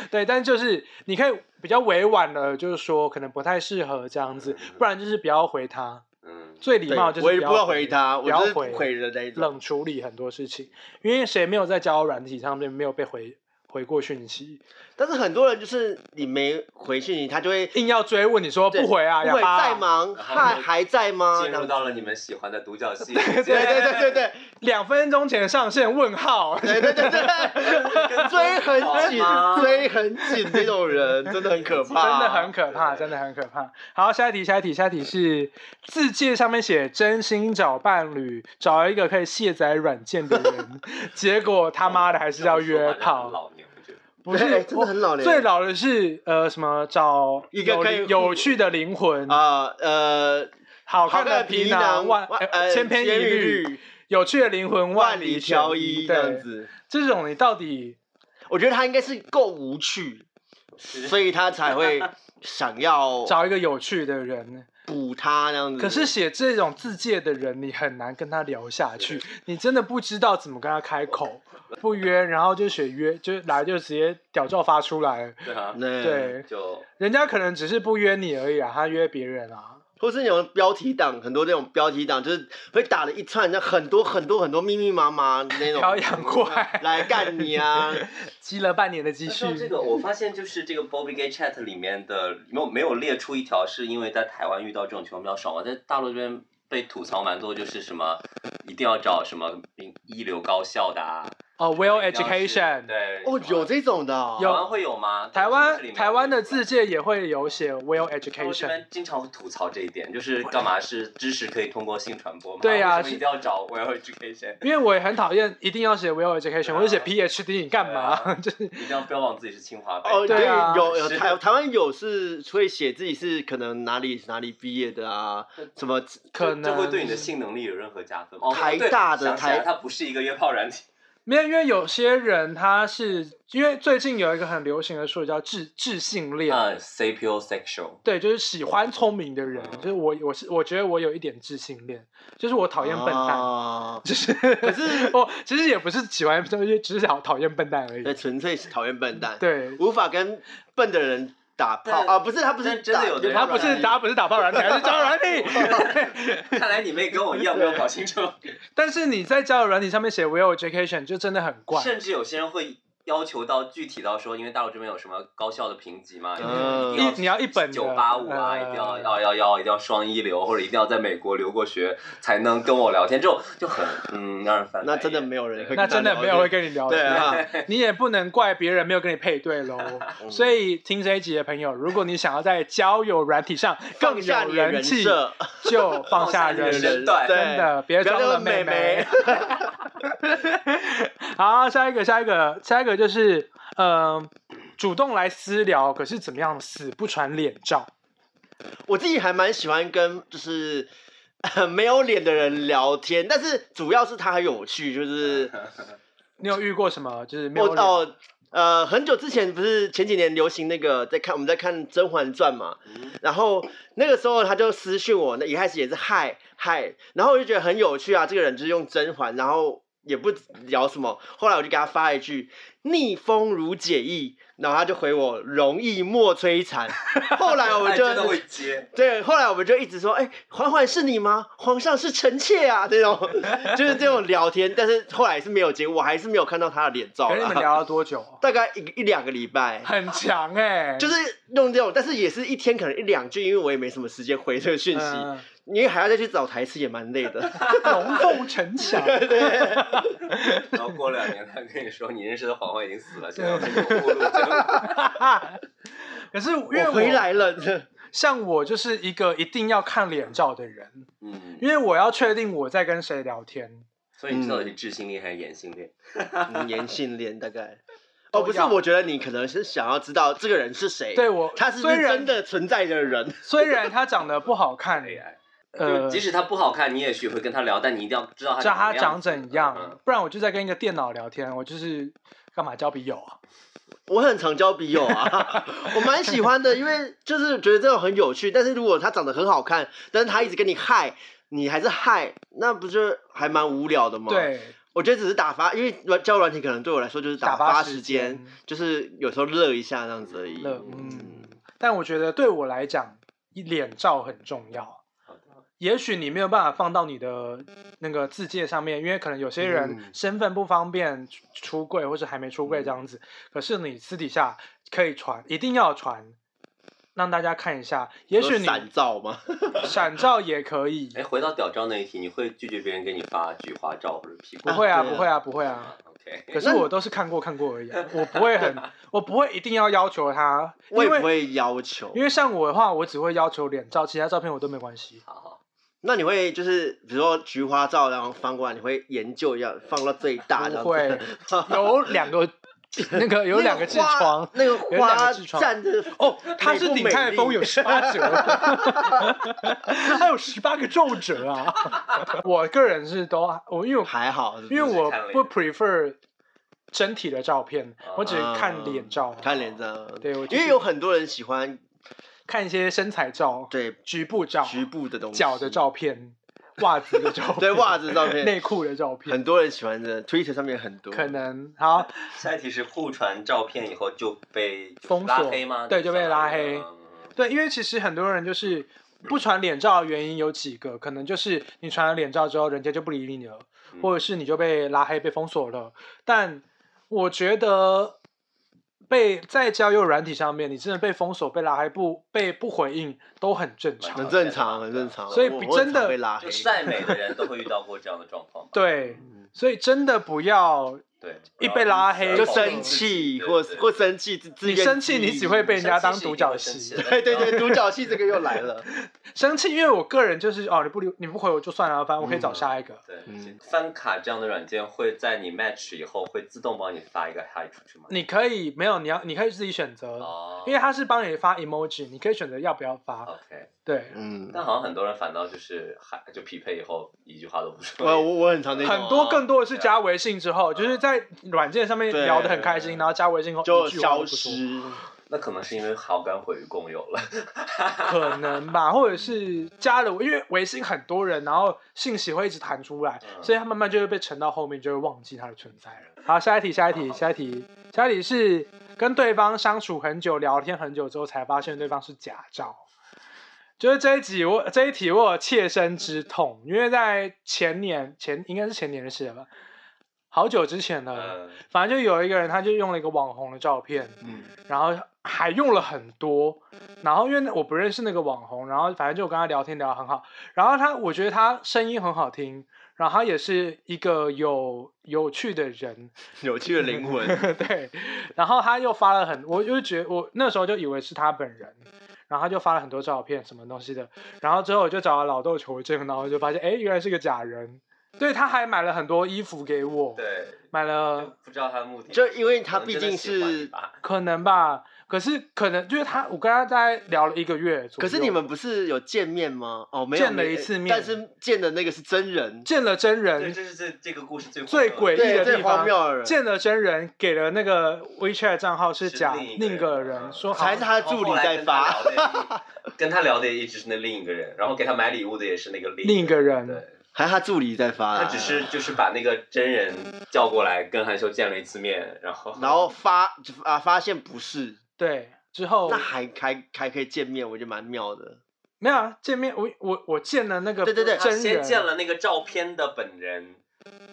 S1: 对，但就是你可以比较委婉的，就是说可能不太适合这样子，不然就是不要回他。
S2: 嗯，
S1: 最礼
S3: 对
S1: 貌就是
S3: 我也
S1: 不
S3: 不要回他，
S1: 不
S3: 我
S1: 要
S3: 就是不
S1: 回
S3: 回的那一种。
S1: 冷处理很多事情，因为谁没有在交友软体上面没有被回回过讯息，
S3: 但是很多人就是你没回讯息，他就会
S1: 硬要追问你说
S3: 对
S1: 不回啊，哑
S3: 不回
S1: 巴啊
S3: 在？忙，
S2: 然后
S3: 还
S2: 就
S3: 还在吗？
S2: 进入
S3: 然后
S2: 到了你们喜欢的独角戏，
S3: 对对对 对对
S1: 两分钟前上线？问 号。
S3: 对对对对，追很紧，追很紧那种人，真的很可
S1: 真
S3: 怕，
S1: 的很可怕，真的很可怕。好，下一题，下一题，下一题是字界上面写真心找伴侣，找一个可以卸载软件的 人，结果他妈的还是要约炮。
S2: 老年，我觉得
S1: 不是，
S3: 对真的很老嘞
S1: 最哦老的是呃什么找
S3: 一个
S1: 有
S3: 可以
S1: 有趣的灵魂，
S3: 啊呃，
S1: 好看
S3: 好
S1: 的
S3: 看的
S1: 皮
S3: 皮
S1: 囊
S3: 囊
S1: 万
S3: 呃
S1: 千篇一
S3: 千
S1: 律
S3: 律，
S1: 有趣的灵魂
S3: 万
S1: 里
S3: 里
S1: 选
S3: 挑一这样
S1: 对，
S3: 子。
S1: 这种你到底
S3: 我觉得他应该是够无趣，所以他才会想要
S1: 找一个有趣的人？
S3: 补他那样子。
S1: 可是写这种字界的人，你很难跟他聊下去，你真的不知道怎么跟他开口。不约，然后就写约，就来就直接屌照发出来了。
S2: 对啊，
S3: 对，
S1: 对，
S2: 就
S1: 人家可能只是不约你而已啊，他约别人啊。
S3: 或是那种标题党，很多那种标题党就是会打了一串，像很多很多很多密密麻麻的那种
S1: 漂洋过海
S3: 来干你 啊！
S1: 积了半年的积
S2: 那
S1: 蓄
S2: 说，到这个，我发现就是这个 Bobby Gay Chat 里面的没有没有列出一条，是因为在台湾遇到这种情况比较少嘛，在大陆这边被吐槽蛮多，就是什么一定要找什么名一流高校的啊
S1: 哦，Well
S2: 一定要是
S1: Education，
S2: 对，
S3: 哦，有这种的哦、
S2: 台湾会有吗？
S1: 台
S2: 这里
S1: 湾
S2: 面
S1: 台湾的
S2: 有吗
S1: 字界也会有写 Well
S2: 我这
S1: Education，
S2: 边经常会吐槽这一 点，就是干嘛是知识可以通过性传播吗？
S1: 对呀
S2: 为什么一定要找 Well Education，
S1: 因为我也很讨厌一定要写 Well Education，
S2: 对啊
S1: 我就写 PhD，你干
S2: 对
S1: 嘛？
S2: 啊
S1: 就是
S2: 一定要标榜自己是清华北
S3: 哦，
S2: 大
S1: 对啊
S3: 有有
S2: 是
S3: 台台湾有是会写自己是可能哪里哪里毕业的啊，
S1: 呃
S3: 什么
S1: 可
S2: 这会
S1: 能
S2: 对你的性能力有任何加分吗？哦
S3: 台
S2: 对
S3: 大的
S2: 想起来
S3: 台
S2: 它不是一个约炮 软体，
S1: 没有，因为有些人他是因为最近有一个很流行的术语叫智智性恋，
S2: 嗯 ，CPO sexual，
S1: 对，就是喜欢聪明的人，就是我我是我觉得我有一点智性恋，就是我讨厌笨
S2: 哦
S1: 蛋。
S3: 啊
S1: 就是，可是我其实也不是喜欢，就是只是讨讨厌笨蛋而已
S3: 对，。纯粹是讨厌笨蛋，，
S1: 对，
S3: 无法跟笨的人打炮
S2: 但
S3: 啊，不是他不
S2: 但
S3: 是
S2: 真的
S3: 打
S2: 有的人
S1: 他不是他不是打炮软体，他是交友软体。
S2: 看来你妹跟我一样没有搞 清楚，
S1: 但是你在交友软体上面写 Will Education 就真的很怪。
S2: 甚至有些人会。要求到具体到说，因为大陆这边有什么高校的评级嘛，
S3: 嗯
S2: 定要
S1: 一你要一本的
S2: 九八五啊，
S1: 呃
S2: 一定要幺幺幺，一定要双一流，或者一定要在美国留过学才能跟我聊天，这种就很嗯让人烦。
S3: 那真的没有人会
S1: 那真的没有人会跟你聊
S3: 对
S1: 天，
S3: 啊，
S1: 你也不能怪别人没有跟你配对喽。所以听这一集的朋友，如果你想要在交友软体上更
S3: 放下
S1: 有
S3: 你的
S1: 人
S3: 人
S1: 气，
S3: 设，
S1: 就放下
S2: 放下你的
S1: 人
S2: 人
S1: 设
S2: 设。段
S3: 对
S1: 真的别
S3: 不要
S1: 装了
S3: 那么美
S1: 妹
S3: 眉。
S1: 好，下一个，下一个，下一个就是，嗯、主动来私聊，可是怎么样，死不传脸照。
S3: 我自己还蛮喜欢跟就是。 没有脸的人聊天，但是主要是他很有趣，就是
S1: 你有遇过什么就是没
S3: 我
S1: 有脸？
S3: 哦，呃，很久之前不是前几年流行那个在看我们在看《甄嬛传》嘛，
S1: 嗯
S3: 然后那个时候他就私讯我，那一开始也是嗨嗨，然后我就觉得很有趣啊，这个人就是用甄嬛，然后也不聊什么，后来我就给他发一句逆风如解意，然后他就回我容易莫摧残，后来 我
S2: 哎
S3: 就
S2: 真的会接，
S3: 对，后来我们就一直说，哎、嬛嬛是你吗？皇上是臣妾啊，这种 就是这种聊天，但是后来是没有结果，我还是没有看到他的脸照
S1: 可是你们
S3: 啦。
S1: 聊了多久？
S3: 大概一一两个礼拜，
S1: 很强哎、
S3: 就是用这种，但是也是一天可能一两句，因为我也没什么时间回这个讯息，
S1: 嗯
S3: 因为还要再去找台词，也蛮累的。
S1: 龙凤呈祥。
S2: 然后过两年他跟你说你认识的皇后已经死 了，现在有目录真
S1: 可是 因为
S3: 我回 来了，
S1: 像我就是一个一定要看脸照的人，
S2: 嗯，
S1: 因为我要确定我在跟谁聊天。
S2: 所以你到底是智性恋还是眼性 恋？
S3: 嗯年性恋大概。
S1: 都
S3: 哦，不是，
S1: 要
S3: 我觉得你可能是想要知道这个人是谁，
S1: 对我
S3: 他是不
S1: 虽
S3: 是
S1: 然
S3: 真的 存在的人。
S1: 虽然他长得不好看，
S2: 就
S1: 呃，
S2: 即使他不好看，你也许会跟他聊，但你一定要知道他
S1: 知道他
S2: 什么样
S1: 长
S2: 子
S1: 怎样
S2: 嗯，
S1: 不然我就在跟一个电脑聊天，我就是干嘛交笔友啊？
S3: 我很常交笔友 啊，我蛮喜欢的，因为就是觉得这种很有趣。但是如果他长得很好看，但是他一直跟你嗨，你还是嗨，那不就还蛮无聊的吗？，
S1: 对，
S3: 我觉得只是打发，因为软交友软体可能对我来说就是
S1: 打
S3: 发
S1: 发
S3: 时
S1: 时
S3: 间，
S1: 间
S3: 就是有时候乐一下这样子而已。
S1: 乐嗯。但我觉得对我来讲，脸照很重要。也许你没有办法放到你的那个字界上面，因为可能有些
S3: 嗯嗯
S1: 人身份不方便出出柜，或者还没出柜这样子。可是你私底下可以传，一定要传，让大家看一下。也许
S3: 说
S1: 你
S3: 闪照 嘛，
S1: 闪照也可以，
S2: 哎，回到屌照那一题，你会拒绝别人给你发菊花照或者屁股
S1: 不会
S3: 啊
S1: 啊，
S3: 对啊
S1: 不会啊，不会啊。
S2: ？OK，
S1: 可是我都是看过看过而已啊、我不会 很，我不会一定要要求他，因
S3: 我也不
S1: 为
S3: 会要求
S1: 因。为像我的话，我只会要求脸照，其他照片我都没关系。
S2: 好好，
S3: 那你会就是比如说菊花照，然后翻过来，你会研究一下，放到最大这样
S1: 不会
S3: 子。
S1: 有两个那个有两个痔 疮，
S3: 那个
S1: 有两
S3: 花
S1: 个痔疮
S3: 站着
S1: 哦， 他是顶泰丰有十八折，还有十八个皱褶啊！ 我个人是都啊我因为我
S3: 还好，是不是
S1: 因为我
S2: 看脸
S1: 不 prefer 身体的照片，我只
S3: 啊
S1: 看脸照，
S3: 看脸照，
S1: 对我就是
S3: 因为有很多人喜欢
S1: 看一些身材照、
S3: 对
S1: 局部照、
S3: 局部的东西，
S1: 脚的照片、袜子的照片、
S3: 对袜子照片
S1: 内裤的照
S3: 很
S1: 片，
S3: 多人喜欢的，Twitter 上面很多，
S1: 可能好。
S2: 下一题是互传照片以后就被就是
S1: 封锁
S2: 拉黑吗？
S1: 对就被拉黑
S2: 嗯
S1: 对，因为其实很多人就是不传脸照的原因有几个，可能就是你传了脸照之后，人家就不理你了，
S2: 嗯
S1: 或者是你就被拉黑、被封锁了。但我觉得被在交友软体上面，你真的被封锁、被拉黑、不被不回应都很正常。
S3: 很正常，很正常。
S1: 啊所以
S3: 我
S1: 比
S3: 我很
S1: 真的
S3: 常被拉黑
S2: 就，晒美的人都会遇到过这样的状况吧？
S1: 对，
S3: 嗯
S1: 所以真的不要
S2: 对，
S1: 一被拉黑就
S3: 就生气或或生气，自自
S1: 你
S3: 愿
S1: 生气，你只会被人家当独角
S2: 戏
S1: 戏。。
S3: 对对对，独角戏这个又来了，
S1: 生气，因为我个人就是哦，你不理你不回我就算了，反正我可以找下一个。
S2: 对
S3: 嗯，
S2: 翻卡这样的软件会在你 match 以后会自动帮你发一个 hi 出去吗？
S1: 你可以没有，你要你可以自己选择。
S2: 哦，
S1: 因为它是帮你发 emoji，你可以选择要不要发。
S2: OK，
S1: 对，
S3: 哦嗯，
S2: 但好像很多人反倒就是嗨就匹配以后一句话都不说。
S1: 呃
S3: 我我我很常那哦种啊
S1: 很多更多的是加微信之后，就是在软件上面
S3: 对
S1: 聊得很开心，然后加微信后
S3: 就
S1: 一句话都
S3: 消
S1: 不说，
S3: 失，
S2: 那可能是因为好感毁于共有了。
S1: 可能吧，或者是加了，因为微信很多人，然后信息会一直弹出来，
S2: 嗯
S1: 所以他慢慢就会被沉到后面，就会忘记它的存在了。好，下一题，下一题，下一题，下一题是跟对方相处很久、聊天很久之后，才发现对方是假照。就是这一集我这一题我有切身之痛，因为在前年前应该是前年的事了吧，好久之前了。
S2: 嗯
S1: 反正就有一个人，他就用了一个网红的照片，
S2: 嗯，
S1: 然后还用了很多，然后因为我不认识那个网红，然后反正就我跟他聊天聊得很好，然后他我觉得他声音很好听，然后他也是一个有有趣的 人，
S3: 有趣的灵魂，
S1: 对，然后他又发了很，我就觉我那时候就以为是他本人，然后他就发了很多照片什么东西的，然后之后我就找了老豆求证，然后就发现哎原来是个假人，对，他还买了很多衣服给我，
S2: 对，
S1: 买了
S2: 不知道他的目的。
S3: 就因为他
S2: 可能
S3: 毕
S2: 真的
S3: 竟
S2: 喜欢你
S3: 是，
S2: 吧
S1: 可能吧，可是可能就是他，我跟他大概聊了一个月左右
S3: 可是你们不是有见面吗？哦，没有
S1: 见了
S3: 没
S1: 一次面
S3: 但是见的那个是真人，
S1: 见了真
S2: 对，
S1: 人，
S2: 这是这这个故事最
S1: 最
S2: 荒谬的
S1: 诡异
S3: 对，
S1: 的
S3: 嗯最
S1: 地方
S3: 荒谬的人，
S1: 见了真人，给了那个 WeChat 账号是
S2: 是
S1: 假
S2: 另一
S1: 另一
S2: 个
S1: 个
S2: 人
S1: 人，说好
S3: 才是他的助理在发。
S2: 然后后来跟他聊的也 跟他聊的也一直是那另一个人，然后给他买礼物的也是那个另
S1: 另一个人
S2: 对，
S3: 还是他助理在发啊
S2: 他
S3: 啦，
S2: 只是就是把那个真人叫过来跟韩秀见了一次面，然后
S3: 然后发啊发现不是，
S1: 对之后
S3: 那还还还可以见面，我觉得蛮妙的。
S1: 没有啊见面，我我我见了那个
S3: 对对 对
S2: 他
S1: 真
S2: 先
S1: 人，
S2: 见了那个照片的本人，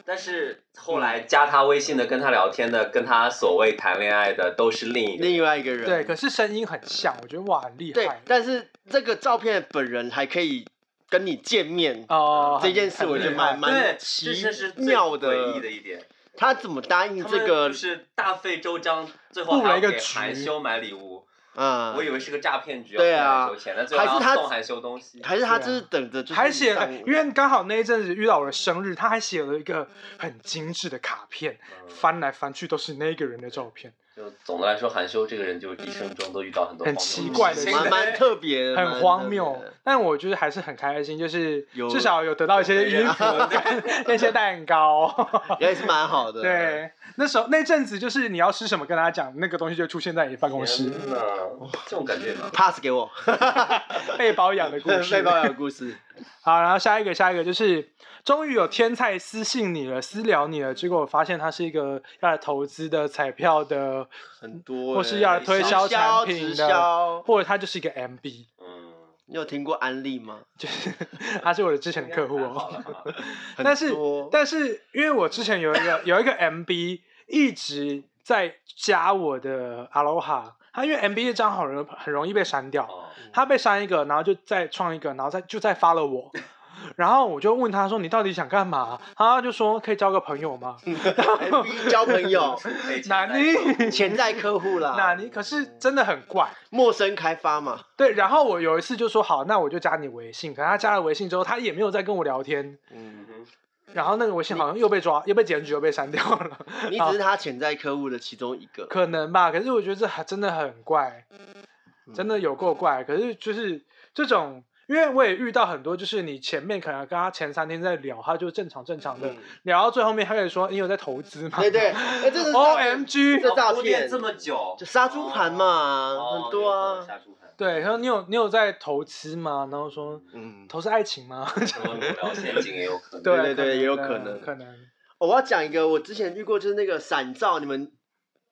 S2: 但是后来
S3: 嗯
S2: 加他微信的、跟他聊天的、跟他所谓谈恋爱的都是另一个人。
S3: 另外一个人，
S1: 对，可是声音很像，我觉得哇很厉
S3: 对
S1: 害，
S3: 但是这个照片的本人还可以跟你见面，
S1: 哦，
S3: 这
S1: 很
S3: 件事
S1: 很
S3: 我觉得
S1: 厉
S3: 蛮
S1: 害
S3: 蛮
S2: 对，
S3: 奇
S2: 这是最
S3: 妙的
S2: 诡异的一点。
S3: 他怎么答应
S2: 他
S3: 这
S2: 们
S3: 个
S2: 就？是大费周章，最后
S1: 布了
S2: 还要
S1: 一个
S2: 给韩
S1: 局
S2: 修买礼物，
S3: 嗯
S2: 我，以为是个诈骗局，
S3: 对
S2: 要
S3: 啊
S2: 给韩修钱，但最后
S3: 还是
S2: 要
S3: 他
S2: 送韩修东西。
S3: 还是他
S1: 对啊
S3: 就是等着，就是
S1: 还写了
S3: 上，
S1: 因为刚好那一阵子遇到我的生日，他还写了一个很精致的卡片，
S2: 嗯
S1: 翻来翻去都是那个人的照片，
S2: 就总的来说，韩修这个人就一生中都遇到很多
S1: 很
S2: 荒谬
S1: 奇
S2: 的
S1: 怪
S2: 事
S1: 的
S2: 情
S1: 事
S3: 蛮蛮特别的，蛮
S1: 很荒谬
S3: 特别的。
S1: 但我就是还是很开心，就是
S3: 有
S1: 至少有得到一些衣服
S2: 有被人
S1: 跟那些蛋糕。
S3: 也是蛮好的。，
S1: 对，那时候那阵子就是你要吃什么跟他讲，那个东西就出现在你办公室，
S2: 天呐，这种感觉也蛮
S3: pass 给我，
S1: 被包养的故
S3: 被
S1: 事。
S3: 包养的故事，
S1: 好，然后下一个，下一个就是，终于有天才私信你了，私聊你了，结果我发现他是一个要来投资的彩票的，
S3: 很多欸。
S1: 或是要推销产品的
S3: 直销，
S1: 或者他就是一个 MB，
S2: 嗯，
S3: 你有听过安利吗？
S1: 就是他是我的之前的客户
S2: 好
S1: 哦。
S2: 了好 了，
S3: 很
S1: 但是
S3: 多
S1: 但是因为我之前有一 个有一个 MB 一直在加我的 Aloha，他因为 MB 的账号很容很容易被删掉，
S2: 哦，
S1: 他被删一个，然后就再创一个，然后再就再发了 我。然后我就问他说：“你到底想干嘛？”他就说：“可以交个朋友吗
S3: 嗯 FB 交 朋友，
S2: 可以？”期
S1: 哪
S2: 待
S1: 尼，
S3: 潜在客户
S1: 哪
S3: 啦，
S1: 尼，可是真的很怪。
S3: 陌生开发嘛，
S1: 对，然后我有一次就说：“好，那我就加你微信。”可他加了微信之后，他也没有再跟我聊天。
S2: 嗯
S3: 嗯，
S2: 哼
S1: 然后那个微信好像又被抓，又被检举，又被删掉了。
S3: 你只是他潜在客户的其中一个，
S1: 哦可能吧，可是我觉得这还真的很怪，
S3: 嗯
S1: 真的有够怪。可是就是这种，因为我也遇到很多，就是你前面可能跟他前三天在聊，他就正常正常的，
S3: 嗯
S1: 聊到最后面，他可以说你有在投资吗？
S3: 对对，哎，这是
S1: ，O
S3: 诈
S1: M
S3: 骗
S1: G，
S3: 这诈
S2: 哦铺垫
S3: 骗
S2: 这么久，
S3: 就杀猪盘嘛，
S2: 哦，
S3: 很多
S2: 有可能
S3: 啊，
S2: 杀猪盘，
S1: 对，然后你有你有在投资吗？然后说
S3: 嗯。
S1: 投资爱情吗？
S2: 什么裸聊陷阱也有可能，
S3: 对
S1: 对
S3: 对也有
S1: 可
S3: 可
S1: 能
S3: 能
S1: 可能
S3: 哦我要讲一个，我之前遇过，就是那个闪照，你们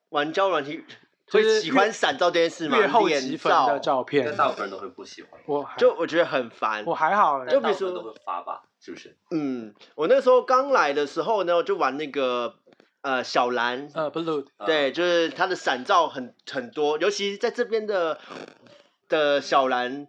S3: 玩交友软体
S1: 就
S3: 会
S1: 是
S3: 喜欢闪照这件事吗？
S1: 月后
S3: 脸
S1: 积分的
S3: 照，
S1: 照
S2: 但
S1: 片，
S2: 大部分人都会不喜欢，
S1: 我还
S3: 就我觉得很烦
S1: 我。还好欸，
S3: 就
S2: 但大部
S3: 比如
S2: 分
S3: 说
S2: 都会发吧，是不是？
S3: 嗯，我那时候刚来的时候呢，我就玩那个呃小蓝，
S1: 呃 blue，
S2: 嗯
S3: 对，就是它的闪照很很多，尤其在这边的的小蓝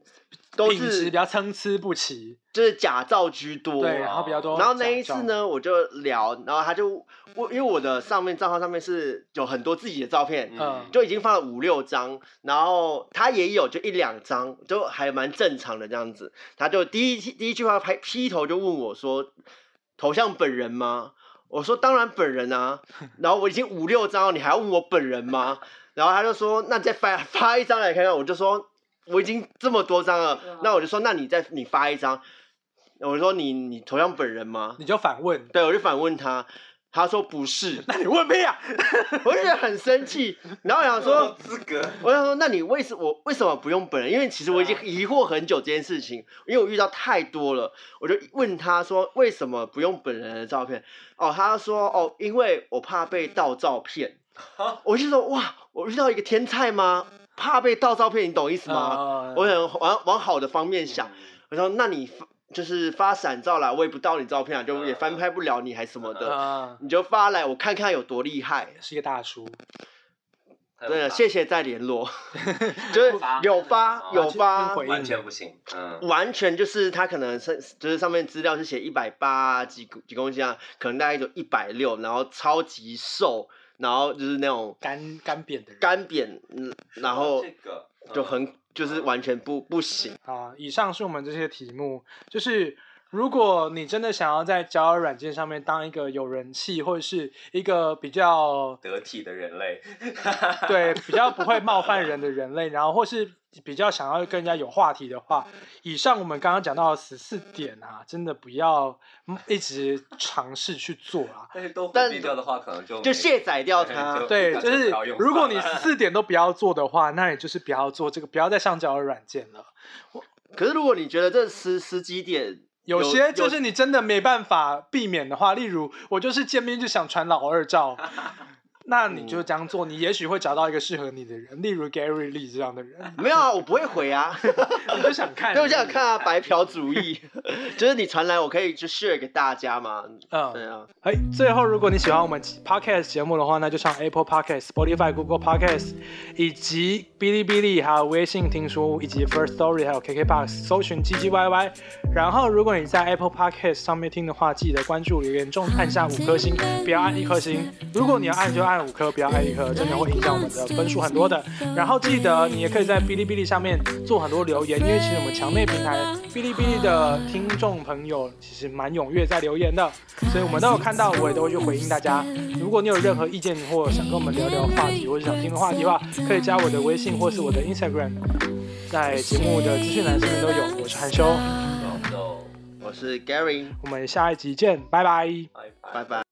S3: 都
S1: 品质
S3: 是
S1: 比较参差不齐，
S3: 就是假照居多。
S1: 对，啊然后比较多。
S3: 然后那一次？呢，我就聊，然后他就我因为我的上面账号上面是有很多自己的照片，
S1: 嗯
S3: 就已经放了五六张，然后他也有就一两张，就还蛮正常的这样子。他就第一第一句话拍劈头就问我说：“头像本人吗？”我说：“当然本人啊。”然后我已经五六张了，你还要问我本人吗？然后他就说：“那你再发发一张来看看。”我就说：“我已经这么多张了，那我就说，那你再你发一张。”我就说你你头像本人吗？
S1: 你就反问，
S3: 对，我就反问他，他说不是，
S1: 那你问屁啊？
S3: 我就觉得很生气，然后我想
S2: 有
S3: 说，
S2: 资格，
S3: 我想说，那你为什我为什么不用本人？因为其实我已经疑惑很久这件事情，因为我遇到太多了，我就问他说为什么不用本人的照片？哦，他说哦，因为我怕被盗照片。我就说哇，我遇到一个天才吗？怕被盗照片，你懂意思吗？
S1: 呃
S3: 我想往往好的方面想，
S2: 嗯
S3: 我说那你发就是发闪照啦，我也不盗你照片啊，就也翻拍不了你还什么的，
S1: 呃
S3: 你就发来我看看有多厉害。啊
S1: 是一个大叔，
S2: 还有
S3: 真的，
S2: 发
S3: 啊谢谢再联络， 就是有
S2: 哦
S3: 发有发，
S1: 回应
S2: 完全不行，嗯，
S3: 完全就是他可能是就是上面资料是写一百八几几公斤啊，可能大概就一百六，然后超级瘦，然后就是那种
S1: 干干扁的人
S3: 干扁，嗯然
S2: 说到
S3: 后
S2: 这个嗯
S3: 就很就是完全不不行。
S1: 啊。以上是我们这些题目，就是如果你真的想要在交友软件上面当一个有人气，或者是一个比较
S2: 得体的人类，
S1: 对比较不会冒犯人的人类，然后或是比较想要跟人家有话题的话，以上我们刚刚讲到的十四点啊，真的不要一直尝试去做啊。
S2: 但是都
S3: 但
S2: 回避掉的话，可能就
S3: 就
S2: 没
S3: 卸载 掉它。
S1: 对，就
S2: 干脆
S1: 是
S2: 不要用
S1: 如果
S2: 算
S1: 你
S2: 了
S1: 十四点都不要做的话，那你就是不要做这个，不要再上交友软件了。
S3: 可是如果你觉得这十十几点
S1: 有些就
S3: 有
S1: 是你真的没办法避免的话，例如我就是见面就想传老二 照，那你
S3: 嗯
S1: 就这样做，你也许会找到一个适合你的人，例如 Gary Lee 这样的人，
S3: 没有啊，我不会 回啊，
S1: 你就想看，
S3: 对我想看啊，白嫖主义， 就是你传来我可以就 share 给大家嘛，对
S1: 嗯，
S3: 啊，
S1: 哎，最后如果你喜欢我们 podcast 节目的话，那就上 Apple Podcast、Spotify、Google Podcast 以及哔哩哔哩，还有微信听书以及 First Story 还有 KKBox 搜寻 GGYY。然后如果你在 Apple Podcast 上面听的话，记得关注留言中按下五颗星，不要按一颗星。如果你要按就按五颗，不要按一颗，真的会影响我们的分数很多的。然后记得你也可以在哔哩哔哩上面做很多留言，因为其实我们墙内平台哔哩哔哩的听众朋友其实蛮踊跃在留言的，所以我们都有看到，我也都会去回应大家。如果你有任何意见或想跟我们聊聊话题，或者想听的话题的话，可以加我的微信或是我的 Instagram，在节目的资讯栏上面都有。我是韩修，
S2: 走走，
S3: 我是 Gary，
S1: 我们下一集见，拜拜。
S2: 拜拜
S3: 拜拜。